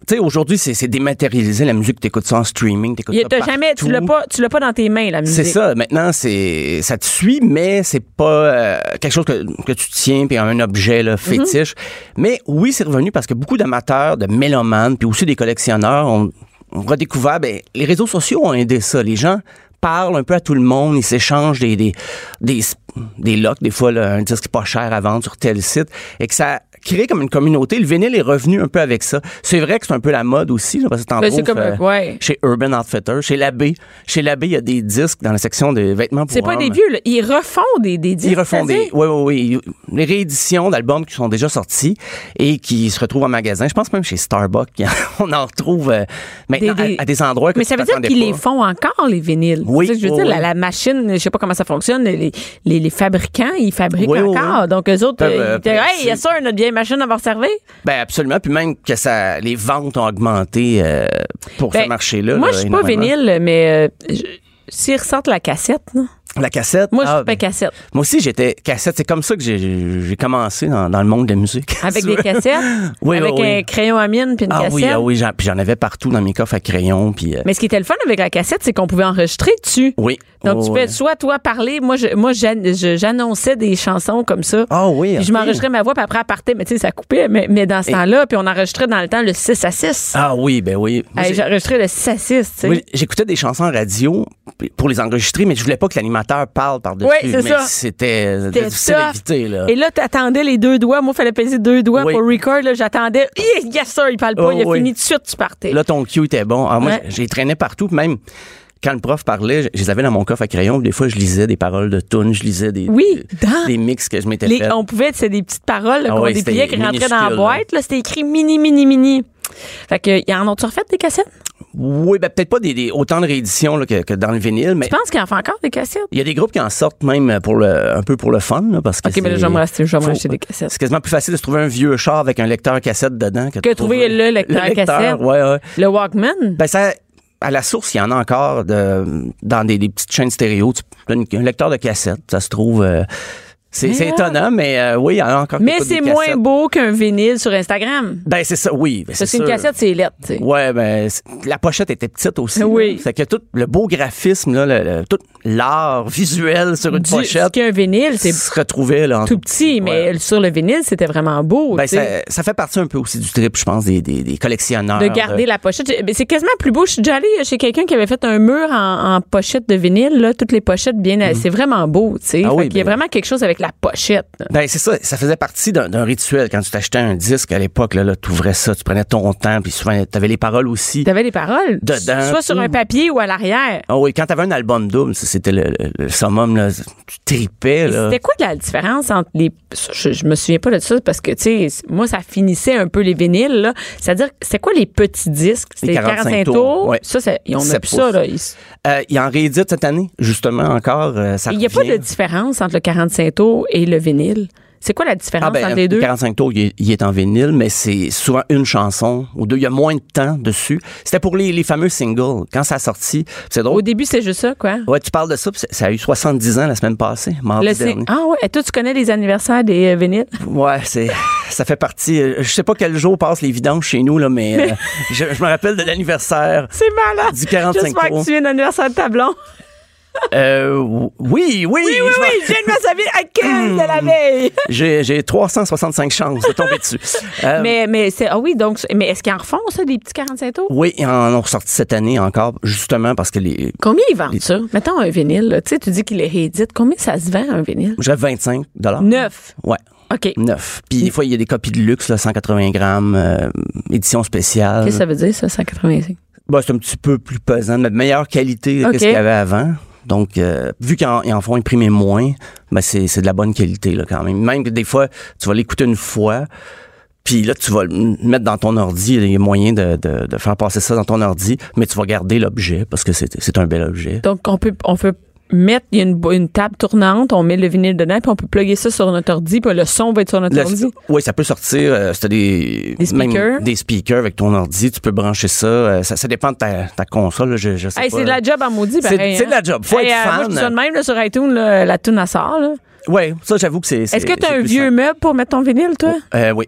Tu sais, aujourd'hui, c'est c'est dématérialisé la musique. T'écoutes ça en streaming, t'écoutes
Il-
ça
t'as jamais, tu,
partout.
l'as pas, tu l'as pas dans tes mains, la musique.
C'est ça. Maintenant, c'est ça te suit, mais c'est pas euh, quelque chose que, que tu tiens puis un objet
Mhm.
là, fétiche. Mais oui, c'est revenu parce que beaucoup d'amateurs, de mélomanes, puis aussi des collectionneurs ont, ont redécouvert. Ben, les réseaux sociaux ont aidé ça. Les gens parlent un peu à tout le monde, ils s'échangent des des des, des locks, des fois là, un disque pas cher à vendre sur tel site, et que ça crée comme une communauté. Le vinyle est revenu un peu avec ça. C'est vrai que c'est un peu la mode aussi, là, parce que t'en
Ben, c'est
trouves,
comme,
euh,
ouais.
chez Urban Outfitters, chez l'abbé. Chez l'abbé, il y a des disques dans la section des vêtements pour
C'est pas des
hommes.
vieux. là. Ils refont des, des disques.
Ils refont des,
c'est-à-dire?
oui, oui, oui, les rééditions d'albums qui sont déjà sortis et qui se retrouvent en magasin. Je pense même chez Starbucks, il y en- on en retrouve euh, maintenant
Des- des-
À, à des endroits que
Mais
tu
ça veut dire
t'attendais
qu'ils
pas.
les font encore, les vinyles.
Oui,
C'est ça que je veux
oui,
dire, la,
oui.
la machine, je sais pas comment ça fonctionne, les, les, les fabricants, ils fabriquent
Oui, oui,
encore.
oui.
Donc, eux autres,
Peuvent,
euh,
euh,
ils disent, hey, il y a
presser.
ça, notre vieille machine à va servir.
Ben absolument. Puis même que ça, les ventes ont augmenté euh, pour
Ben,
ce marché-là.
Moi,
là,
je suis pas
énormément.
vinyle, mais euh, je- s'ils ressortent la cassette, là.
La cassette.
moi, je
ah,
suis pas
ben,
cassette.
Moi aussi, j'étais cassette. C'est comme ça que j'ai j'ai commencé dans, dans le monde de la musique.
Avec
Tu
des
veux?
cassettes,
Oui,
avec
oui,
un
oui.
crayon à mine puis une
Ah
cassette.
oui, ah oui, j'en- puis j'en avais partout dans mes coffres à crayon. Puis, euh,
Mais ce qui était le fun avec la cassette, c'est qu'on pouvait enregistrer dessus.
Oui.
Donc,
Oh,
tu peux
ouais.
soit toi parler, moi, je- moi j'an- je- j'annonçais des chansons comme ça.
Ah oui,
Puis je
ok.
m'enregistrais ma voix, puis après, elle partait, mais tu sais, ça coupait. Mais, mais dans ce temps-là, puis on enregistrait dans le temps le 6 à 6.
Ah oui, ben oui. Moi,
Hey,
j'ai-
J'enregistrais le 6 à 6, tu sais.
moi, j'écoutais des chansons en radio pour les enregistrer, mais je voulais pas que l'animateur parle par-dessus.
Oui, c'est
mais
ça.
C'était c'était
C'était
difficile à
tough.
éviter, là.
Et là, t'attendais les deux doigts. Moi, il fallait peser deux doigts
Oui.
pour record. là. J'attendais. Hi, Yes, sir, il parle pas.
Oh,
il a
oui.
fini tout de suite, tu partais.
Là, ton cue était bon. Alors, moi,
Ouais.
j'ai traîné partout, puis même quand le prof parlait, je, je les avais dans mon coffre à crayon. puis Des fois, je lisais des paroles de tunes, je lisais des,
Oui,
des,
dans-
des mix que je m'étais
Les-
fait.
on pouvait, c'est des petites paroles là,
Ah
qu'on
ouais,
dépliait, qui
c'était
rentraient dans la
minuscule,
boîte. Là, c'était écrit mini, mini, mini. Fait que, y en ont-tu refait des cassettes?
Oui, ben peut-être pas des, des- autant de rééditions là, que, que dans le vinyle, mais
Je pense qu'il en fait encore des cassettes.
il y a des groupes qui en sortent même pour le, un peu pour le fun, là, parce que
OK, mais là,
c'est-
je vais me racheter- je vais me
faut-
racheter des cassettes.
C'est quasiment plus facile de se trouver un vieux char avec un lecteur cassette dedans que,
Que trouver le lecteur cassette.
Ouais, ouais.
Le Walkman?
Ben ça, à la source, il y en a encore de, dans des, des petites chaînes stéréo. Tu, un lecteur de cassette, ça se trouve. euh, c'est c'est
là-
étonnant, mais euh, oui, il y en a encore. qui
mais
écoutent des
c'est moins
cassettes.
beau qu'un vinyle sur Instagram.
Ben c'est ça, oui. Ben,
Parce qu'une
sûr.
cassette, c'est lettre, tu sais.
Ouais, ben c'est- la pochette était petite aussi.
Oui.
là. Fait que tout le beau graphisme, là, le- le- tout l'art visuel sur une
Du- ce
pochette
qu'un vinyle, c'est
se retrouvait là. en-
tout petit, mais
Ouais.
sur le vinyle, c'était vraiment beau.
Ben,
tu sais.
ça, ça fait partie un peu aussi du trip, je pense, des, des, des collectionneurs. euh,
de garder la pochette. J'ai- ben, C'est quasiment plus beau. Je suis déjà allée chez quelqu'un qui avait fait un mur en, en pochette de vinyle, là, toutes les pochettes bien. C'est vraiment beau, tu sais.
Mhm. Ah
Fait
oui,
qu'il y a
ben-
vraiment quelque chose avec la pochette. là.
Ben c'est ça, ça faisait partie d'un d'un rituel quand tu t'achetais un disque à l'époque là, là tu ouvrais ça, tu prenais ton temps puis souvent t'avais les paroles aussi.
T'avais les paroles.
Dedans.
Soit sur un
Mm.
papier ou à l'arrière.
Ah oui, quand t'avais un album double, ça, c'était le, le- le summum là, tu tripais
Et
là.
C'était quoi la différence entre les. Je, je me souviens pas de ça parce que, tu sais, moi, ça finissait un peu les vinyles, là. C'est-à-dire, c'était quoi les petits disques? C'était
45 tours, ouais.
Ça, c'est- on a
Sept
plus ça,
pouces.
là. ici.
Euh, il en réédite cette année justement encore euh, ça
Il n'y a pas de
revient.
différence entre le 45 tours et le vinyle. C'est quoi la différence
Ah ben,
entre les deux?
45 tours, il est, il est en vinyle, mais c'est souvent une chanson ou deux. Il y a moins de temps dessus. C'était pour les, les fameux singles. Quand ça a sorti, c'est
Au
drôle.
début, c'est juste ça, quoi.
Ouais, tu parles de ça, puis ça- ça a eu 70 ans la semaine passée, mardi
Le c'est-
dernier.
ah ouais, Et toi tu connais les anniversaires des euh, vinyles.
Ouais, c'est ça fait partie. euh, Je sais pas quel jour passent les vidanges chez nous là, mais, euh, je, je me rappelle de l'anniversaire.
C'est malade.
Du 45
J'espère
tours.
que tu viens d'anniversaire de Tablon.
Euh, oui, oui, oui. Hmm.
Oui, oui,
je
oui,
me-
je viens de me servir à 15 de la veille.
J'ai j'ai 365 chances de tomber dessus. Euh,
mais mais c'est ah oui, donc mais est-ce qu'ils en refont ça des petits 45 tours
Oui, ils en ont ressorti cette année encore, justement parce que les.
Combien ils vendent ça Mettons un vinyle, là. tu sais, tu dis qu'il est réédite, combien ça se vend un vinyle
Je dirais 25 dollars.
Neuf.
Ouais.
OK.
Neuf. Puis des fois, il y a des copies de luxe, là, 180 grammes, euh, édition spéciale.
Qu'est-ce que ça veut dire, ça, 185?
Bah, c'est un petit peu plus pesant, mais de meilleure qualité
OK.
que ce qu'il y avait avant. Donc, euh, vu qu'ils en, ils en font imprimer moins, ben c'est, c'est de la bonne qualité là, quand même. Même que des fois, tu vas l'écouter une fois, puis là, tu vas le m- mettre dans ton ordi. Il y a moyen de, de- de faire passer ça dans ton ordi, mais tu vas garder l'objet parce que c'est, c'est un bel objet.
Donc, on peut, on peut mettre, il y a une, bo- une table tournante, on met le vinyle dedans, puis on peut plugger ça sur notre ordi, puis le son va être sur notre
Le-
ordi.
oui, ça peut sortir. euh, si t'as des,
Des
même
speakers.
des speakers avec ton ordi, tu peux brancher ça. euh, ça, ça dépend de ta, ta console. là, je, je sais
Hey,
pas,
c'est de
là.
la job en maudit,
C'est-
pareil.
c'est
hein.
de la job. Faut
Hey,
être
euh,
fan.
Moi, je dis ça de même là, sur iTunes, là, la toune à sort. là.
Ouais, ça j'avoue que c'est. c'est-
Est-ce que tu as
c'est
un
plus
vieux
simple.
meuble pour mettre ton vinyle, toi?
Euh, oui.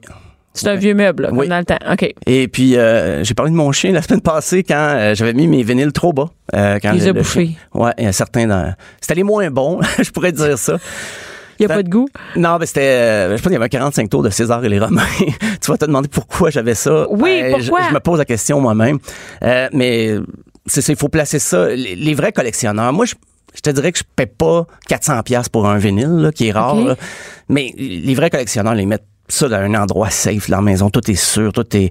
C'est un vieux meuble, là, comme
Oui.
dans le temps. OK.
Et puis, euh, j'ai parlé de mon chien la semaine passée quand euh, j'avais mis mes vinyles trop bas. Euh, quand
Il les
le-
a
le
bouffés.
chien- Ouais, il y a certains dans... C'était les moins bons, je pourrais dire ça.
Il n'y a pas de goût.
Non, mais c'était... euh, je pense qu'il y avait un 45 tours de César et les Romains. tu vas te demander pourquoi j'avais ça. Ben,
Oui,
je-
pourquoi?
Je, me pose la question moi-même. Euh, mais c'est ça, il faut placer ça. Les, les vrais collectionneurs, moi, je... Je te dirais que je paie pas 400 pièces pour un vinyle là, qui est rare,
Ok.
là. mais les vrais collectionneurs les mettent ça dans un endroit safe, leur maison, tout est sûr, tout est.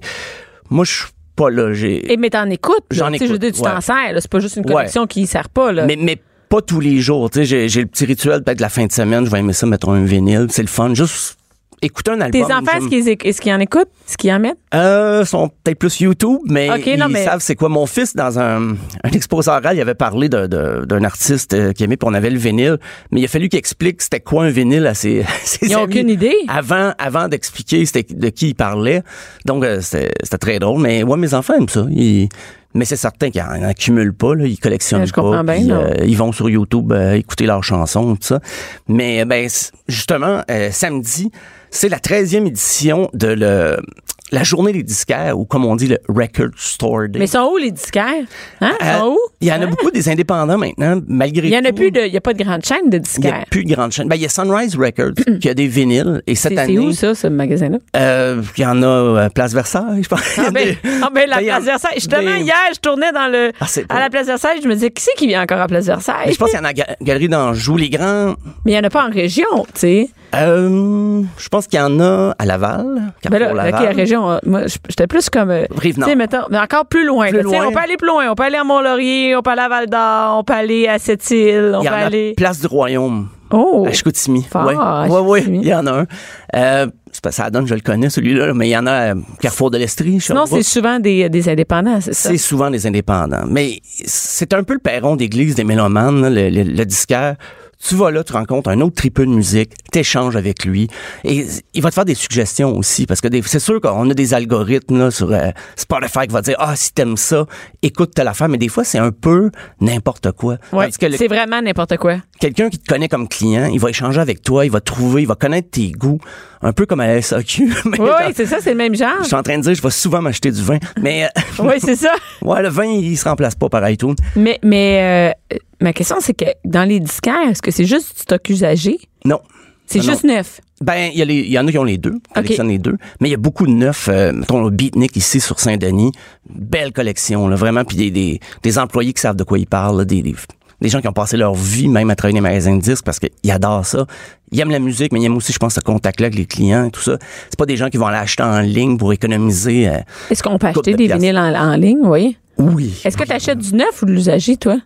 Moi, je suis pas là. J'ai...
Et Eh, mais t'en écoutes. là.
J'en
Tu sais, Je veux
écoute,
dire, tu t'en
ouais.
sers. là. C'est pas juste une
Ouais.
collection qui ne sert pas. Là.
Mais, mais pas tous les jours. Tu sais, j'ai, j'ai le petit rituel, peut-être la fin de semaine, je vais aimer ça, mettre un vinyle. C'est le fun. Juste écouter un album.
Tes enfants,
j'aime-
est-ce qu'ils éc- est-ce qu'ils en écoutent? Est-ce qu'ils en mettent?
Euh, sont peut-être plus YouTube, mais
Ok,
ils
non, mais-
savent c'est quoi. Mon fils, dans un, un exposé oral, il avait parlé de- de- d'un artiste euh, qu'il aimait, puis on avait le vinyle. Mais il a fallu qu'il explique c'était quoi un vinyle à ses, ses
Ils ont
amis
aucune idée.
Avant, avant d'expliquer c'était de qui il parlait. Donc, euh, c'était c'était très drôle. Mais ouais, mes enfants aiment ça. Ils- mais c'est certain qu'ils n'en accumulent pas, là, ils collectionnent
Ouais, je comprends
pas.
bien,
puis, euh,
non.
ils vont sur YouTube euh, écouter leurs chansons, tout ça. Mais euh, ben, c- justement, euh, samedi, c'est la 13e édition de le, la journée des disquaires, ou comme on dit, le Record Store Day.
Mais sont où les disquaires? Hein?
Euh,
sont où?
Il y en a beaucoup des indépendants maintenant, malgré
Il n'y en a
tout.
plus de. Il n'y a pas de grande chaîne de
Il y a
disquaires. Mm.
plus de grandes chaînes. Ben, il y a Sunrise Records, qui a des vinyles. Et cette
C'est
année,
c'est où ça, ce magasin-là?
euh, il y en a euh, Place Versailles, je pense.
Ah ben, ah ben, la
Il y a-
place Versailles. Justement,
des-
hier, je tournais dans le,
Ah, c'est
à la
pas-
place Versailles. Je me disais, qui c'est qui vient encore à place Versailles?
Mais Ben, je pense qu'il y en a à la Galerie d'Anjou. Les grands,
Mais il n'y en a pas en région, tu sais.
Euh, je pense qu'il y en a à Laval.
Ben là,
Carrefour
ok,
Laval.
la région, euh, moi, j- j'étais plus comme. euh,
Rive-Nord.
tu sais, mettons, mais encore plus loin.
Plus
là, tu sais,
loin.
On peut aller plus loin. On peut aller à Mont-Laurier, on peut aller à Val d'Or, on peut aller à Sept-Îles, on
Il y
peut
en a
aller.
Place du Royaume,
Oh!
à Chicoutimi.
Fort,
ouais.
à
ouais, ouais,
Chicoutimi.
il y en a un. Euh, c'est pas- ça donne, je le connais celui-là, mais il y en a à Carrefour de l'Estrie.
Non,
Sherbrooke.
c'est souvent des, euh, des indépendants, c'est ça.
C'est souvent des indépendants. Mais c'est un peu le perron d'église des mélomanes, là, le, le- le disquaire. Tu vas là, tu rencontres un autre tripeux de musique, t'échanges avec lui et il va te faire des suggestions aussi parce que des- c'est sûr qu'on a des algorithmes là, sur euh, Spotify qui va dire ah si t'aimes ça, écoute telle affaire mais des fois c'est un peu n'importe quoi.
Ouais,
Tandis que le-
C'est vraiment n'importe quoi.
quelqu'un qui te connaît comme client, il va échanger avec toi, il va trouver, il va connaître tes goûts, un peu comme à la SAQ. mais
Oui,
dans-
oui, c'est ça, c'est le même genre.
je suis en train de dire je vais souvent m'acheter du vin, mais euh,
Oui, c'est ça.
ouais le vin il se remplace pas par iTunes.
Mais, mais euh, ma question, c'est que dans les disquaires, est-ce que c'est juste du stock usagé?
Non.
C'est
Ah Non,
juste neuf.
Ben, il y, a les- il y en a qui ont les deux, collectionnent les deux, mais il y a beaucoup de neufs. euh, mettons le Beatnik ici sur Saint-Denis, belle collection, là, vraiment, puis des, des, des employés qui savent de quoi ils parlent, là, des, des, des gens qui ont passé leur vie même à travailler dans les magasins de disques parce qu'ils adorent ça. Ils aiment la musique, mais ils aiment aussi, je pense, ce contact-là avec les clients et tout ça. C'est pas des gens qui vont aller acheter en ligne pour économiser. euh,
Est-ce qu'on peut
Coupe
acheter
de
des
piastres.
vinyles en, en ligne, oui?
oui.
Est-ce que tu achètes du neuf ou de l'usagé, toi?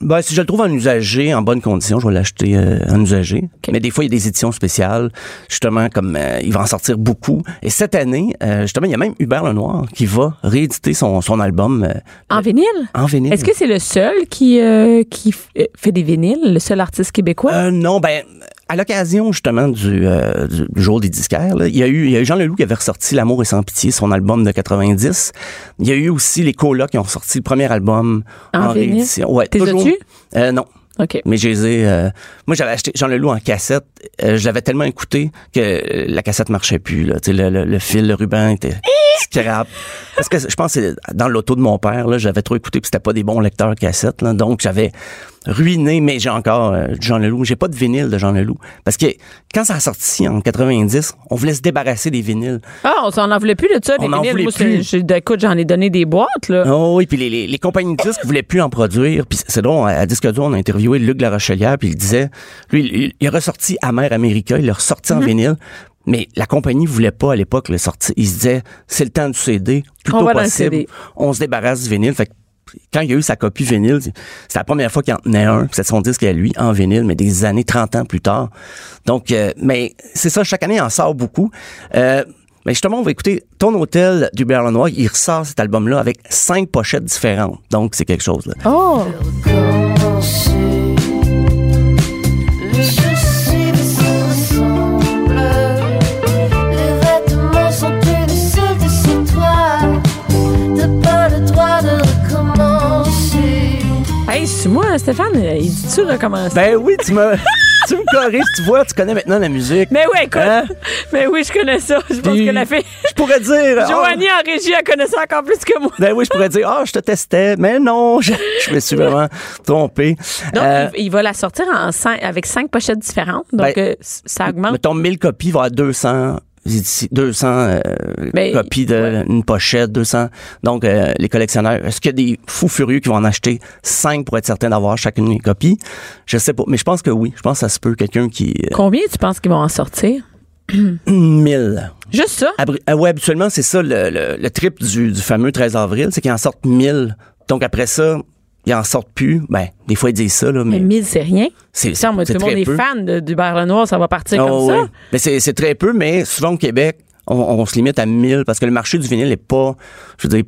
Ben, si je le trouve en usagé, en bonne condition, je vais l'acheter euh, en usagé. Mais des fois, il y a des éditions spéciales, justement, comme euh, il va en sortir beaucoup. Et cette année, euh, justement, il y a même Hubert Lenoir qui va rééditer son, son album euh, mm.
En vinyle?
en vinyle.
Est-ce que c'est le seul qui, euh, qui f- euh, fait des vinyles, le seul artiste québécois?
Euh, non, ben, à l'occasion justement du, euh, du- du jour des disquaires, là, il y a eu, il y a eu Jean Leloup qui avait ressorti L'amour et sans pitié, son album de 90. Il y a eu aussi les Colas qui ont sorti le premier album
En
en,
vinyle?
réédition. Ouais,
T'es
toujours.
as-tu?
Euh, non.
OK.
Mais je les ai, euh, moi, j'avais acheté Jean Leloup en cassette. Euh, je l'avais tellement écouté que euh, la cassette marchait plus. Là. Tu sais, Le, le, le fil, le ruban était scrap. Parce que je pense que c'est dans l'auto de mon père, là, j'avais trop écouté puis c'était pas des bons lecteurs cassette. Là. Donc, j'avais ruiné, mais j'ai encore euh, du Jean Leloup. J'ai pas de vinyle de Jean Leloup. Parce que quand ça a sorti en 90, on voulait se débarrasser des vinyles.
Ah, on s'en en voulait plus de ça, des
On en
vinyles.
voulait
Moi, c'est-
plus.
j'ai- écoute, j'en ai donné des boîtes, là.
Oh oui, puis les, les, les compagnies de disques voulaient plus en produire. Puis c'est drôle, à Disque Dur, on a interviewé Luc Larochelière, puis il disait, lui, il, il est ressorti Amer America, il est ressorti en vinyle, Mais la compagnie voulait pas à l'époque le sortir. Ils se disaient, c'est le temps du CD, plutôt
On va dans le
possible.
CD.
On se débarrasse du vinyle. Fait que quand il y a eu sa copie vinyle, c'est la première fois qu'il en tenait un. puis C'est son disque à lui en vinyle, mais des années, 30 ans plus tard. Donc, euh, mais c'est ça, chaque année, il en sort beaucoup. Euh, mais justement, on va écouter Ton Hôtel du Noir. Il ressort cet album-là avec cinq pochettes différentes. Donc, c'est quelque chose. Là.
Oh!
Le souci s'ensemble. Les vêtements sont une seule de ces toits. T'as pas le droit de recommencer.
Hey, c'est moi, Stéphane, euh, il dit-tu recommencer?
Ben oui, tu me, tu me corriges, tu vois, tu connais maintenant la musique.
mais oui, écoute!
Hein?
Mais oui, je connais ça. Je pense
Puis, Ben,
que la fille.
Je pourrais dire.
Joanie en régie, elle connaît ça encore plus que moi.
ah, ben oui, je pourrais dire, ah, je te testais, mais non, je, je me suis vraiment trompé.
Donc,
Euh,
il il va la sortir en cin- avec cinq pochettes différentes. Donc,
Ben,
euh, c- ça augmente.
Mettons 1000 copies, il va y avoir 200. éditions- 200 euh,
Mais-
copies d'une pochette, 200. Donc, euh, les collectionneurs, est-ce qu'il y a des fous furieux qui vont en acheter 5 pour être certain d'avoir chacune des copies? Je sais pas, mais je pense que oui. Je pense que ça se peut. Quelqu'un qui... euh,
Combien tu penses qu'ils vont en sortir?
1000.
Juste ça?
Abri- ah ouais, habituellement, c'est ça le, le- le trip du, du fameux 13 avril, c'est qu'ils en sortent 1000. Donc après ça, ils en sortent plus. Ben, des fois, ils disent ça, là, mais,
Mais 1000, c'est rien.
c'est
Ça, moi, tout
c'est
le monde
très
est
peu.
fan de- du Bar Noir, ça va partir
Ah
comme
ouais.
ça.
Mais c'est, c'est très peu, mais souvent au Québec, on, on se limite à 1000 parce que le marché du vinyle n'est pas, je veux dire,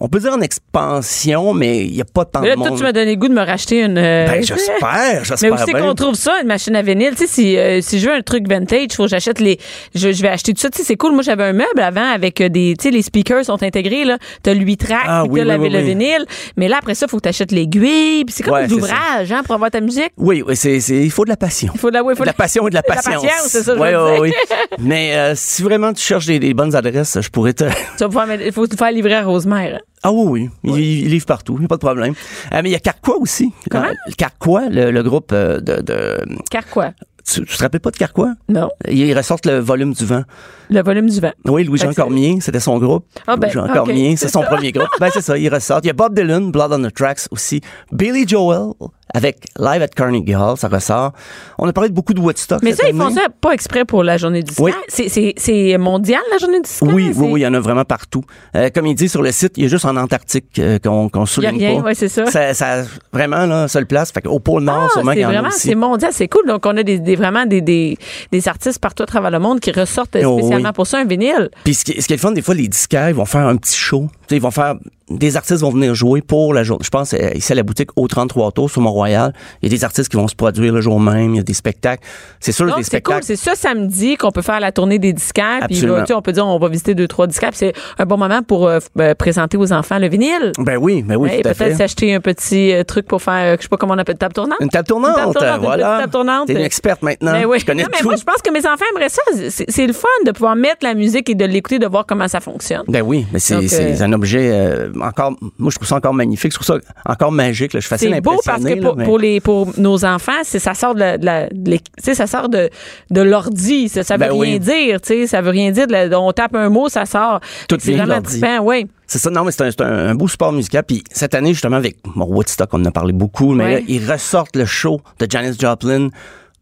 on peut dire en expansion, mais il n'y a pas tant
Mais là,
de
toi,
monde.
tu m'as donné le goût de me racheter une. euh,
Ah, Ben, j'espère,
Mais
j'espère
où c'est
bien.
qu'on trouve ça, une machine à vinyle? Tu sais, si, euh, si je veux un truc vintage, faut que j'achète les. Je, je vais acheter tout ça. Tu sais, c'est cool. Moi, j'avais un meuble avant avec euh, des. Tu sais, les speakers sont intégrés, là. T'as le 8 track,
Ah
puis
oui,
t'as
oui,
la-
oui,
le
oui.
vinyle. Mais là, après ça, faut que t'achètes l'aiguille. Puis c'est comme
Ouais,
des
c'est ça.
ouvrages, hein, pour avoir ta musique.
Oui, oui, c'est, c'est- il faut de la passion.
Il faut de la, ouais, faut
de la passion et de la
de la
patience.
patience, c'est ça que je
Oui,
veux
oui,
dire.
oui. Mais euh, si vraiment tu cherches des, des bonnes adresses, je pourrais te,
Tu vas pouvoir mettre- faut te faire livrer à Rosemère.
Ah oui, oui. Il, il livre partout, il n'y a pas de problème. Euh, mais il y a Carquois aussi.
Comment?
Euh, le Carquois, le, le groupe euh, de... de-
Car quoi?
tu, tu te rappelles pas de Carquois?
Non.
Ils ressortent le volume du vent.
Le volume du vent.
Oui, Louis-Jean
Fait que c'est-
Cormier, c'était son groupe.
Ah ben,
Louis-Jean
ok.
Cormier, c'est son premier groupe. Ben, c'est ça, ils ressortent. Il y a Bob Dylan, Blood on the Tracks aussi. Billy Joel avec Live at Carnegie Hall, ça ressort. On a parlé de beaucoup de Woodstock.
Mais
cette
ça, ils font
année.
ça pas exprès pour la journée du scan.
Oui.
C'est- C'est c'est mondial, la journée du scan?
Oui, oui,
C'est-
oui, il y en a vraiment partout. Euh, comme il dit sur le site, il y a juste en Antarctique euh, qu'on qu'on souligne
rien,
pas.
ouais, c'est ça.
ça. ça- Vraiment, là, seule place. Fait au pôle Nord,
Ah,
sûrement qu'il
c'est
y en a
vraiment,
aussi.
c'est mondial, c'est cool. Donc, on a des, des- vraiment des, des, des artistes partout à travers le monde qui ressortent
Oh,
spécialement
oui.
pour ça, un vinyle.
Puis ce qui, ce qui est le fun, des fois, les disquaires, ils vont faire un petit show. Tu sais, ils vont faire... Des artistes vont venir jouer pour la journée. Je pense, euh, ici à la boutique, au 33 Tours, sur Mont-Royal, il y a des artistes qui vont se produire le jour même. Il y a des spectacles. C'est sûr,
Donc,
des
c'est cool.
spectacles...
C'est ça samedi qu'on peut faire la tournée des disquaires. Puis,
Absolument.
là, tu sais, on peut dire, on va visiter deux, trois disquaires. puis c'est un bon moment pour euh, f- euh, présenter aux enfants le vinyle.
ben oui, ben oui,
Ouais, et
tout à fait.
peut-être s'acheter un petit euh, truc pour faire, euh, je sais pas comment on appelle, table tournante.
Une table tournante,
Une table tournante, une
voilà.
petite table tournante.
T'es une experte maintenant.
Mais oui.
Tu connais
Non, mais
tout.
moi, je pense que mes enfants aimeraient ça. C'est c'est le fun de pouvoir mettre la musique et de l'écouter, de voir comment ça fonctionne.
Ben oui, mais c'est
Donc,
c'est
euh,
un objet euh, encore. Moi, je trouve ça encore magnifique. Je trouve ça encore magique. Là. Je suis facile à
C'est beau parce
impressionner,
que
là,
pour,
mais-
pour les, pour nos enfants, c'est, ça sort de, la- de la- de l'é- tu sais, ça sort de, de l'ordi. Ça, ça veut
Ben oui.
rien dire, tu sais. Ça veut rien dire. de la- on tape un mot, ça sort.
Tout
c'est
vient de
vraiment
l'ordi.
trippant, oui.
C'est ça. Non, mais c'est un, c'est un- un beau support musical. Puis cette année, justement, avec mon Woodstock, on en a parlé beaucoup. Mais
Ouais.
là, ils ressortent le show de Janis Joplin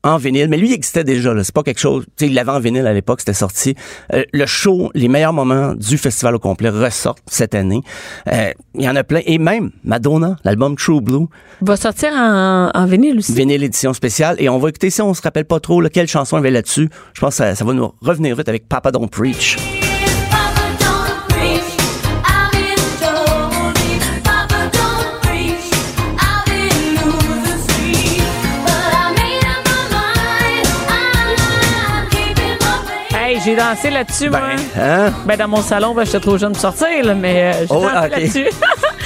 en vinyle. Mais lui, il existait déjà. là. C'est pas quelque chose. Tu sais, il l'avait en vinyle à l'époque. C'était sorti. Euh, le show, les meilleurs moments du festival au complet ressortent cette année. Euh, Il y en a plein. Et même Madonna, l'album True Blue.
Va sortir en, en vinyle aussi.
vinyle édition spéciale. Et on va écouter, si on se rappelle pas trop là, quelle chanson il y avait là-dessus, je pense que ça, ça va nous revenir vite avec Papa Don't Preach.
Papa don't preach, I've been told it. Papa don't preach, I've been losing sleep. But I made up my mind, I'm not keeping my faith.
Hey, j'ai dansé là-dessus, moi.
Hein?
Ben, dans mon salon, ben, j'étais trop jeune pour sortir, là, mais euh, j'ai
Oh,
dansé
ok.
là-dessus.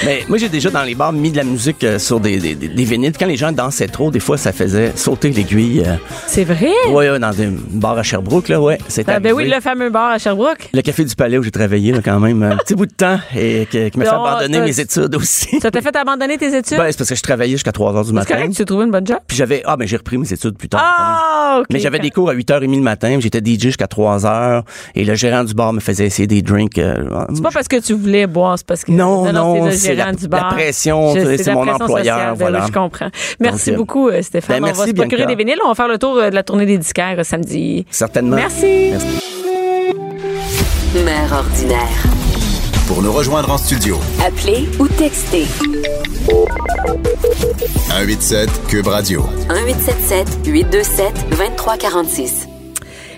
Mais moi, j'ai déjà dans les bars mis de la musique euh, sur des, des, des- des vinyles. Quand les gens dansaient trop, des fois, ça faisait sauter l'aiguille. euh,
c'est vrai?
ouais, ouais, dans un bar à Sherbrooke, là, ouais. C'est
Ah, ben
arrivé.
oui, le fameux bar à Sherbrooke.
Le café du palais où j'ai travaillé, là, quand même, un petit bout de temps, et que- qui m'a fait
Non,
abandonner
t'as-
mes études aussi.
Ça t'a fait abandonner tes études?
Ben, c'est parce que je travaillais jusqu'à 3 heures du
c'est
matin.
correct, tu as trouvé une bonne job?
Puis j'avais, ah, ben, j'ai repris mes études plus tard. quand même.
Ah, OK.
Mais j'avais des cours à 8h30 le matin, j'étais DJ jusqu'à 3h et le gérant du bar me faisait essayer des drinks. euh,
C'est pas parce que tu voulais boire, c'est parce que.
non, non,
le
c'est
gérant
la-
du bar.
la pression,
Je-
c'est
la
mon
pression
employeur,
sociale. Ben
voilà.
oui, je comprends. Merci
euh,
beaucoup, euh, Stéphane.
ben, merci,
on va se procurer
Bianca.
des vinyles. On va faire le tour euh, de la tournée des disquaires euh, samedi.
Certainement.
Merci.
Mère ordinaire.
Pour nous rejoindre en studio,
Appelez ou textez
187 Cube Radio.
1877 827 2346.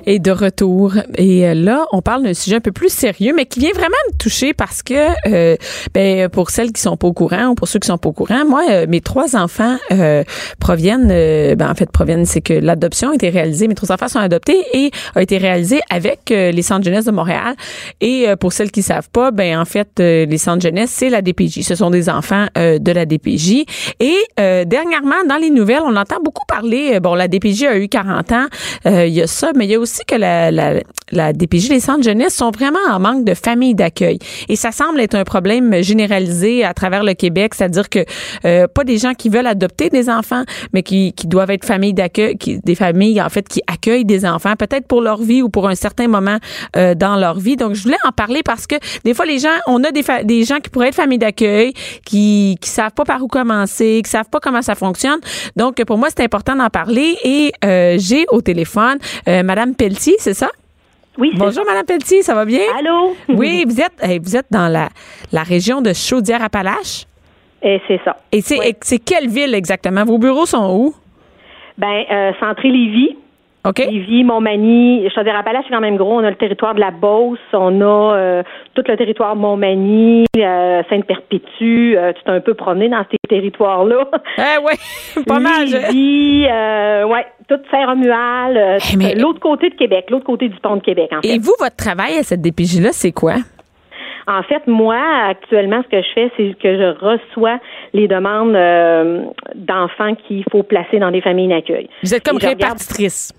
Et de retour. Et euh, là, on parle d'un sujet un peu plus sérieux, mais qui vient vraiment me toucher parce que, euh, ben, pour celles qui sont pas au courant ou pour ceux qui sont pas au courant, moi, euh, mes trois enfants euh, proviennent, euh, ben, en fait, proviennent, c'est que l'adoption a été réalisée, mes trois enfants sont adoptés et a été réalisée avec euh, les centres jeunesse de Montréal. Et euh, pour celles qui savent pas, ben, en fait, euh, les centres jeunesse, c'est la DPJ. Ce sont des enfants euh, de la DPJ. Et euh, dernièrement, dans les nouvelles, on entend beaucoup parler, euh, bon, la DPJ a eu 40 ans, euh, il y a ça, mais il y a aussi que la, la, la DPJ, les centres jeunesse sont vraiment en manque de familles d'accueil. Et ça semble être un problème généralisé à travers le Québec, c'est-à-dire que euh, pas des gens qui veulent adopter des enfants, hein, mais qui, qui doivent être familles d'accueil, qui- des familles en fait qui accueillent des enfants, peut-être pour leur vie ou pour un certain moment euh, dans leur vie. Donc je voulais en parler parce que des fois les gens, on a des, fa- des gens qui pourraient être familles d'accueil, qui qui savent pas par où commencer, qui savent pas comment ça fonctionne. Donc pour moi c'est important d'en parler et euh, j'ai au téléphone euh, Madame Pelletier, c'est ça?
Oui, c'est
Bonjour Madame Pelletier, ça va bien?
Allô?
Oui, vous êtes eh, vous êtes dans la la région de Chaudière-Appalaches.
Et Eh, c'est ça.
Et c'est
Ouais.
et c'est quelle ville exactement? Vos bureaux sont où?
Ben, euh, centré Lévis.
OK.
Lévis, Montmagny, Chaudière-Appalaches, c'est quand même gros. On a le territoire de la Beauce, on a euh, tout le territoire Montmagny, euh, Sainte-Perpétue. Euh, tu t'es un peu promené dans ces territoires-là.
Eh oui, pas mal. je-
Lévis, euh, ouais, toute Saint-Romual, euh,
Eh, mais-
l'autre côté de Québec, l'autre côté du pont de Québec, en fait.
Et vous, votre travail à cette DPJ-là, c'est quoi?
En fait, moi, actuellement, ce que je fais, c'est que je reçois les demandes euh, d'enfants qu'il faut placer dans des familles d'accueil.
Vous êtes comme
Et je regarde-
répartitrice.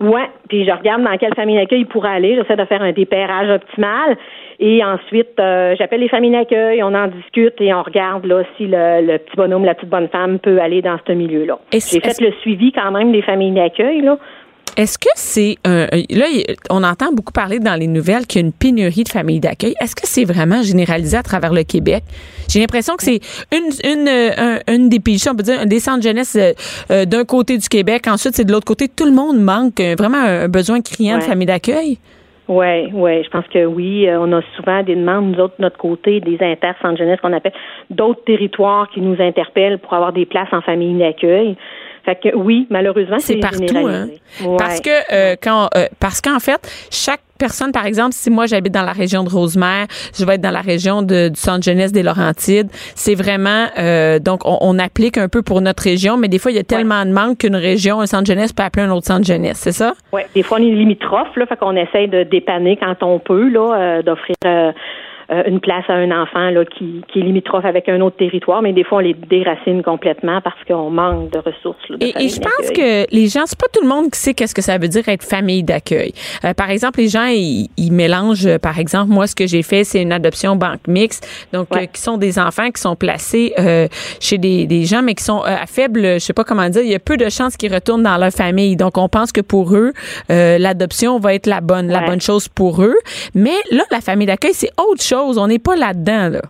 Ouais, puis je regarde dans quelle famille d'accueil il pourrait aller. J'essaie de faire un dépérage optimal. Et ensuite, euh, j'appelle les familles d'accueil, on en discute et on regarde là si le, le petit bonhomme, la petite bonne femme peut aller dans ce milieu-là. J'ai
Est-ce- est-ce-
fait le suivi quand même des familles d'accueil. Là.
Est-ce que c'est. un- un- là, il- on entend beaucoup parler dans les nouvelles qu'il y a une pénurie de familles d'accueil. Est-ce que c'est vraiment généralisé à travers le Québec? J'ai l'impression que c'est une, une, euh, un- une DPJ, on peut dire, un des centres jeunesse euh, euh, d'un côté du Québec, ensuite, c'est de l'autre côté. Tout le monde manque euh, vraiment un, un besoin criant de
Ouais.
familles d'accueil.
Oui, oui, je pense que oui. Euh, on a souvent des demandes, nous autres, de notre côté, des intercentres jeunesse qu'on appelle d'autres territoires qui nous interpellent pour avoir des places en famille d'accueil. Fait que oui, malheureusement, c'est
C'est partout, hein?
généralisé. Ouais.
Parce que euh, quand euh, parce qu'en fait, chaque personne, par exemple, si moi j'habite dans la région de Rosemère, je vais être dans la région de- du centre jeunesse des Laurentides. C'est vraiment euh, donc on, on applique un peu pour notre région, mais des fois il y a tellement de manque qu'une région, un centre jeunesse peut appeler un autre centre jeunesse, c'est ça?
Ouais, des fois on est limitrophe, là, fait qu'on essaie de dépanner quand on peut, là, euh, d'offrir euh, euh, une place à un enfant là qui, qui est limitrophe avec un autre territoire, mais des fois on les déracine complètement parce qu'on manque de ressources. là, de
Et, et
familles
je pense
d'accueil.
que les gens, c'est pas tout le monde qui sait qu'est-ce que ça veut dire être famille d'accueil. Euh, par exemple, les gens, ils, ils mélangent, euh, par exemple, moi, ce que j'ai fait, c'est une adoption banque mixte, donc
Ouais.
euh, qui sont des enfants qui sont placés euh, chez des, des gens, mais qui sont euh, à faible, euh, je sais pas comment dire, il y a peu de chances qu'ils retournent dans leur famille. Donc, on pense que pour eux, euh, l'adoption va être la bonne, la
Ouais.
bonne chose pour eux. Mais là, la famille d'accueil, c'est autre chose. On n'est pas là-dedans, là.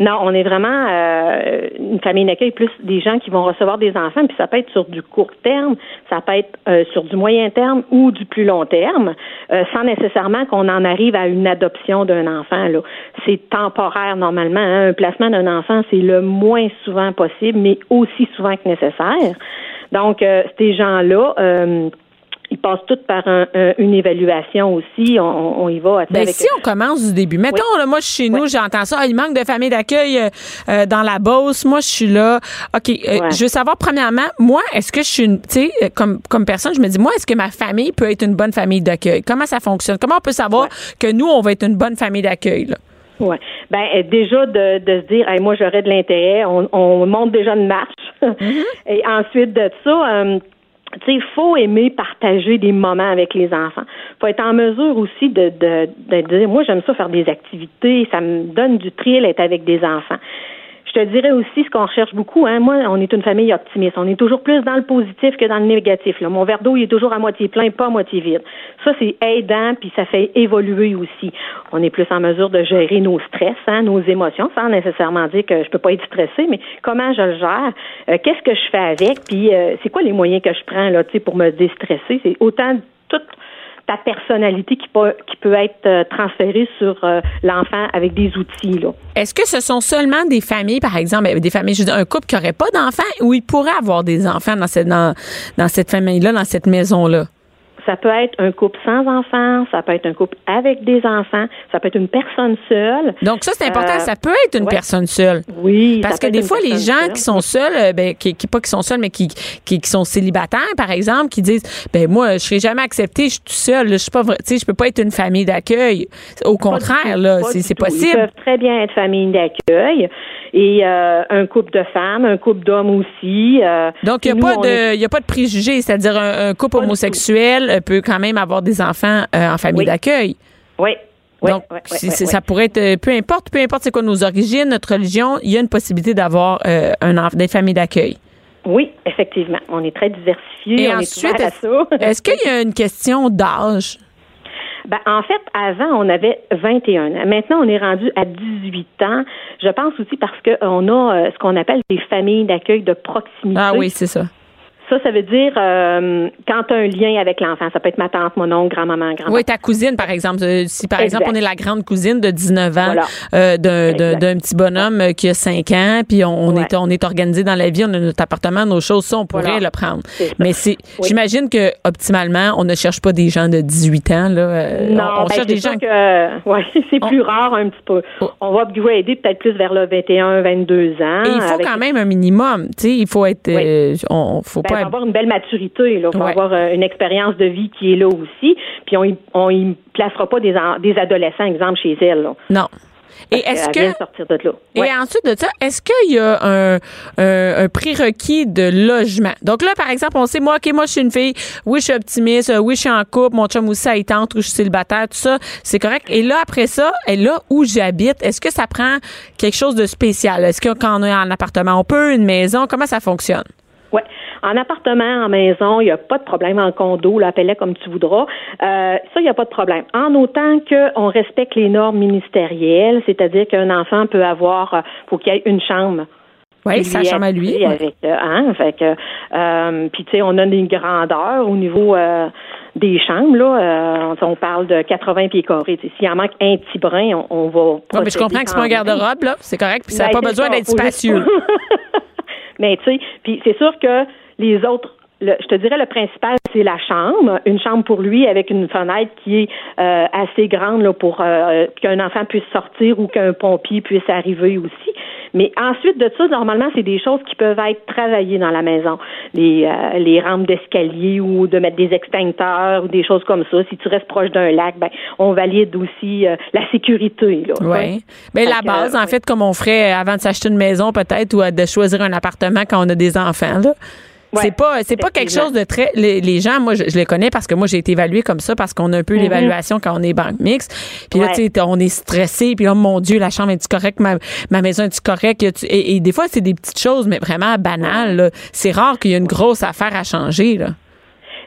Non, on est vraiment euh, une famille d'accueil plus des gens qui vont recevoir des enfants, puis ça peut être sur du court terme, ça peut être euh, sur du moyen terme ou du plus long terme, euh, sans nécessairement qu'on en arrive à une adoption d'un enfant. Là, c'est temporaire normalement. hein. Un placement d'un enfant, c'est le moins souvent possible, mais aussi souvent que nécessaire. Donc, euh, ces gens-là. euh, ils passent tous par un- un- une évaluation aussi. On, on- on y va. tu sais,
Ben,
avec-
si on commence du début. Mettons, là, moi, je suis chez nous, j'entends ça. Ah, il manque de famille d'accueil euh, euh, dans la Beauce. Moi, je suis là. OK. euh,
Ouais.
Je veux savoir, premièrement, moi, est-ce que je suis une. Tu sais, euh, comme, comme personne, je me dis, moi, est-ce que ma famille peut être une bonne famille d'accueil? Comment ça fonctionne? Comment on peut savoir que nous, on va être une bonne famille d'accueil? là?
Ouais. Ben euh, déjà de, de se dire, Hey, moi j'aurais de l'intérêt, on, on monte déjà une marche. Et ensuite de ça, euh, tu sais, faut aimer partager des moments avec les enfants. Faut être en mesure aussi de, de, de dire, moi j'aime ça faire des activités, ça me donne du thrill être avec des enfants. Je te dirais aussi ce qu'on recherche beaucoup. Hein. Moi, on est une famille optimiste. On est toujours plus dans le positif que dans le négatif. là. Mon verre d'eau, il est toujours à moitié plein, pas à moitié vide. Ça, c'est aidant, puis ça fait évoluer aussi. On est plus en mesure de gérer nos stress, hein, nos émotions, sans nécessairement dire que je peux pas être stressée, mais comment je le gère, Euh, qu'est-ce que je fais avec, puis euh, c'est quoi les moyens que je prends là, tu sais, pour me déstresser. C'est autant toute ta personnalité qui peut, qui peut être euh, transférée sur euh, l'enfant avec des outils. Là.
Est-ce que ce sont seulement des familles, par exemple, euh, des familles, je veux dire, un couple qui n'aurait pas d'enfants ou il pourrait avoir des enfants dans cette, dans, dans cette famille-là, dans cette maison-là?
Ça peut être un couple sans enfants, ça peut être un couple avec des enfants, ça peut être une personne seule.
Donc, ça, c'est important.
Euh,
ça peut être une
ouais.
personne seule.
Oui.
Parce
ça
que
peut être
des
une
fois, les
personne
gens
seule.
qui sont seuls, euh, ben, qui, qui- pas qui sont seuls, mais qui, qui, qui sont célibataires, par exemple, qui disent, ben moi, je serai jamais acceptée, je suis tout seul, je suis pas, vrai- tu sais, je peux pas être une famille d'accueil. Au
Pas du
contraire,
tout,
là,
pas
c'est
du
c'est
tout. Ils
possible.
peuvent très bien être famille d'accueil et euh, un couple de femmes, un couple d'hommes aussi. euh,
Donc, il
nous,
n'y a, pas
on est-
de- y a pas de préjugés, c'est-à-dire un, un couple
Pas du tout.
homosexuel euh, peut quand même avoir des enfants euh, en famille
Oui.
d'accueil.
Oui. oui,
Donc,
oui, oui,
si-
oui,
c'est-
oui.
ça pourrait être, euh, peu importe, peu importe c'est quoi nos origines, notre religion, il y a une possibilité d'avoir euh, un enf- des familles d'accueil.
Oui, effectivement. On est très diversifiés.
Et
on
ensuite,
est
est-ce
ouvert à ça.
est-ce qu'il y a une question d'âge?
Ben, en fait, avant, on avait 21 ans. Maintenant, on est rendu à 18 ans. Je pense aussi parce que euh, on a euh, ce qu'on appelle des familles d'accueil de proximité.
Ah oui, c'est ça.
Ça, ça veut dire euh, quand tu as un lien avec l'enfant. Ça peut être ma tante, mon oncle, grand-maman, grand-père.
Oui, ta cousine, par exemple. Euh, Si, par
Ah Exact.
exemple, on est la grande cousine de 19 ans
Voilà.
euh, d'un- d'un
Exact.
d'un petit bonhomme euh, qui a 5 ans, puis on, on
Ouais.
est, on est organisé dans la vie, on a notre appartement, nos choses, ça, on pourrait le
Voilà.
prendre.
C'est ça.
Mais c'est,
Oui.
j'imagine que, optimalement, on ne cherche pas des gens de 18 ans. Là, euh,
Non,
on on
ben,
cherche
c'est
des gens...
sûr que ouais, c'est
On-
plus rare un petit peu.
Oh.
On va upgrader peut-être plus vers le 21, 22 ans.
Et il faut
avec-
quand même un minimum, tu sais, il faut être,
Oui.
euh, on, on- faut
Ben,
pas.
faut avoir une belle maturité, là. Faut
Ouais.
avoir euh, une expérience de vie qui est là aussi. Puis on y, on y placera pas des, en- des adolescents, exemple, chez elle. là.
Non. Et
Parce
est-ce
qu'elle
que
vient de sortir de là.
Et
Ouais.
ensuite de ça, est-ce qu'il y a un, un, un prérequis de logement? Donc là, par exemple, on sait, moi, OK, moi, je suis une fille, oui, je suis optimiste, euh, oui, je suis en couple, mon chum aussi, il tente, ou je suis célibataire, tout ça, c'est correct. Et là, après ça, et là où j'habite, est-ce que ça prend quelque chose de spécial? Est-ce que quand on est en appartement, on peut, une maison, comment ça fonctionne?
Ouais. En appartement, en maison, il n'y a pas de problème. En condo, là, appelle comme tu voudras. Euh, ça, il n'y a pas de problème. En autant qu'on respecte les normes ministérielles, c'est-à-dire qu'un enfant peut avoir, euh, faut qu'il ait une chambre.
Oui,
Il
sa
lui est
chambre à lui.
attiré
ouais.
Avec, euh, hein, fait que, euh, puis, tu sais, on a des grandeurs au niveau euh, des chambres. Là, euh, on parle de 80 pieds carrés. Tu sais, S'il en manque un petit brin, on, on va.
Ouais, mais je
procéder
comprends que c'est pas un
en-
garde-robe, là. C'est correct. Puis ça n'a
Ben,
pas
c'est
besoin
ça,
d'être
faut juste-
spacieux.
Mais tu sais, puis c'est sûr que les autres, le- je te dirais le principal, c'est la chambre, une chambre pour lui avec une fenêtre qui est euh, assez grande là, pour euh, qu'un enfant puisse sortir ou qu'un pompier puisse arriver aussi. Mais ensuite de ça, normalement, c'est des choses qui peuvent être travaillées dans la maison. Les, euh, les rampes d'escalier ou de mettre des extincteurs ou des choses comme ça. Si tu restes proche d'un lac, ben, on valide aussi euh, la sécurité. Là,
Oui. Mais
Fait
la
que,
base, en
ouais.
fait, comme on ferait euh, avant de s'acheter une maison, peut-être, ou euh, de choisir un appartement quand on a des enfants, là.
Ouais,
c'est pas c'est pas quelque
effectivement.
chose de très les, les gens moi je, je les connais parce que moi j'ai été évaluée comme ça parce qu'on a un peu l'évaluation quand on est banque mixte puis là
Mm-hmm. Ouais.
tu sais on est stressé puis oh mon dieu la chambre est-tu correcte ma, ma maison est-tu correcte Y a-tu- et, et des fois c'est des petites choses mais vraiment banales là. c'est rare qu'il y ait une grosse affaire à changer là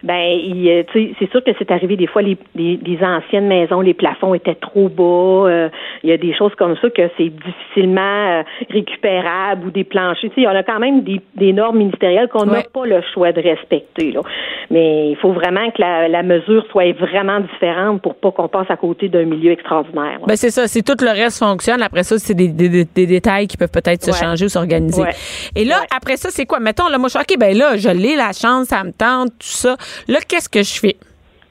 Ben, il, euh, tu sais, c'est sûr que c'est arrivé des fois les, les- les anciennes maisons, les plafonds étaient trop bas. euh, il y a des choses comme ça que c'est difficilement euh, récupérable ou des planchers. Tu sais, on a quand même des, des normes ministérielles qu'on n'a
Ouais.
pas le choix de respecter. Là. Mais il faut vraiment que la, la mesure soit vraiment différente pour pas qu'on passe à côté d'un milieu extraordinaire. là.
Ben c'est ça, c'est tout le reste fonctionne. Après ça, c'est des, des- des- des détails qui peuvent peut-être se
Ouais.
changer ou s'organiser.
Ouais.
Et là,
Ouais.
après ça, c'est quoi? Mettons, là, moi, je suis, OK, ben là, je l'ai, la chance, ça me tente, tout ça. Là, qu'est-ce que je fais?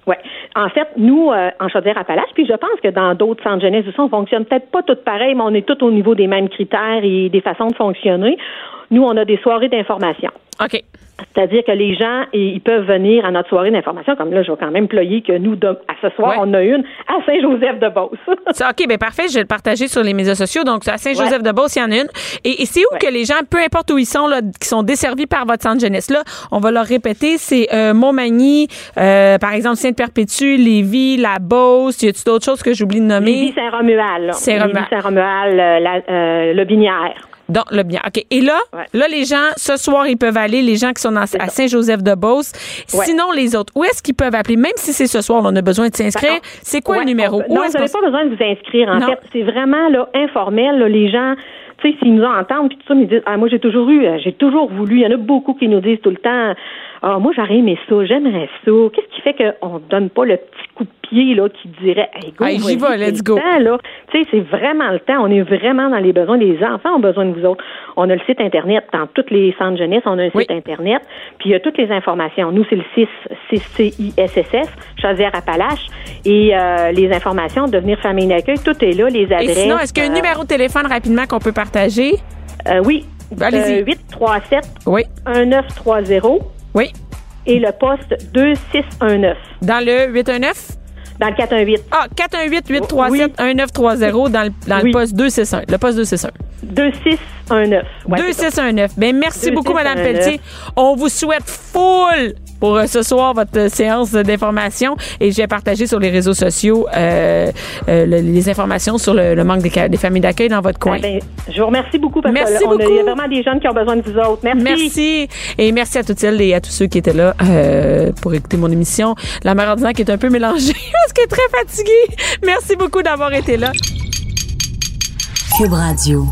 Oui. En fait, nous, euh, en Chaudière-Appalaches, puis je pense que dans d'autres centres jeunesse aussi, on fonctionne peut-être pas toutes pareil, mais on est tous au niveau des mêmes critères et des façons de fonctionner. Nous, on a des soirées d'information.
OK.
C'est-à-dire que les gens, et- ils peuvent venir à notre soirée d'information. Comme là, je vais quand même ployer que nous, de- à ce soir,
Ouais.
on a une à Saint-Joseph-de-Beauce.
Ça, OK, ben parfait, je vais le partager sur les médias sociaux. Donc, à Saint-Joseph-de-Beauce, il y en a une. Et, et c'est où
Ouais.
que les gens, peu importe où ils sont, là, qui sont desservis par votre centre jeunesse? Là, on va leur répéter, c'est euh, Montmagny, euh, par exemple, Sainte-Perpétue, Lévis, La Beauce. Y a-tu d'autres choses que j'oublie de nommer?
Lévis-Saint-Romuald. là.
Saint-Romuald.
Lévis-Saint-Romuald, euh, la- euh, le Binière.
Dans le bien. OK. Et là,
Ouais.
là, les gens, ce soir, ils peuvent aller, les gens qui sont en- à Saint-Joseph-de-Beauce.
Ouais.
Sinon, les autres, où est-ce qu'ils peuvent appeler? Même si c'est ce soir, on a besoin de s'inscrire.
Ben,
c'est quoi
Ouais,
le numéro?
on peut- non,
Où est-ce
vous n'avez
qu'on-
pas besoin de vous inscrire, en
Non.
fait. C'est vraiment là, informel. là. les gens, tu sais, s'ils nous entendent, puis tout ça, ils disent Ah, moi, j'ai toujours eu, euh, j'ai toujours voulu. Il y en a beaucoup qui nous disent tout le temps Ah, moi, j'aurais aimé ça, j'aimerais ça. Qu'est-ce qui fait qu'on ne donne pas le petit coup de pied là, qui dirait Hey, go,
Hey, Ah, j'y
vas-y,
vais,
c'est
let's
le
go.
temps, là. Tu sais, c'est vraiment le temps. On est vraiment dans les besoins. Les enfants ont besoin de vous autres. On a le site Internet. Dans tous les centres jeunesse, on a un
Oui.
site Internet. Puis il y a toutes les informations. Nous, c'est le 6, 6CISSS, Chaudière-Appalaches. Et euh, les informations, devenir famille d'accueil, tout est là, les
Et
adresses.
sinon, est-ce qu'il y a un
euh,
numéro de téléphone rapidement qu'on peut partager?
euh, oui.
Ben,
Euh,
Allez-y.
837
Oui.
1930
Oui.
et le poste 2619
Dans le 819?
dans le 418.
Ah, 418-837-1930 dans, le, dans le
Oui.
poste 261. Le poste 261.
2619. Ouais, c'est ça.
2619. Ben, merci
2619.
beaucoup, Madame Pelletier. On vous souhaite full pour euh, ce soir votre euh, séance d'information et j'ai partagé sur les réseaux sociaux euh, euh, le- les informations sur le, le manque des, ca- des familles d'accueil dans votre coin.
Ah ben, je vous remercie beaucoup parce
Merci
qu'il y a
beaucoup.
vraiment des jeunes qui ont besoin de vous autres.
Merci. Et merci à toutes celles et à tous ceux qui étaient là euh, pour écouter mon émission. La mère ordinaire qui est un peu mélangée parce qu'elle est très fatiguée. Merci beaucoup d'avoir été là.
Cube Radio.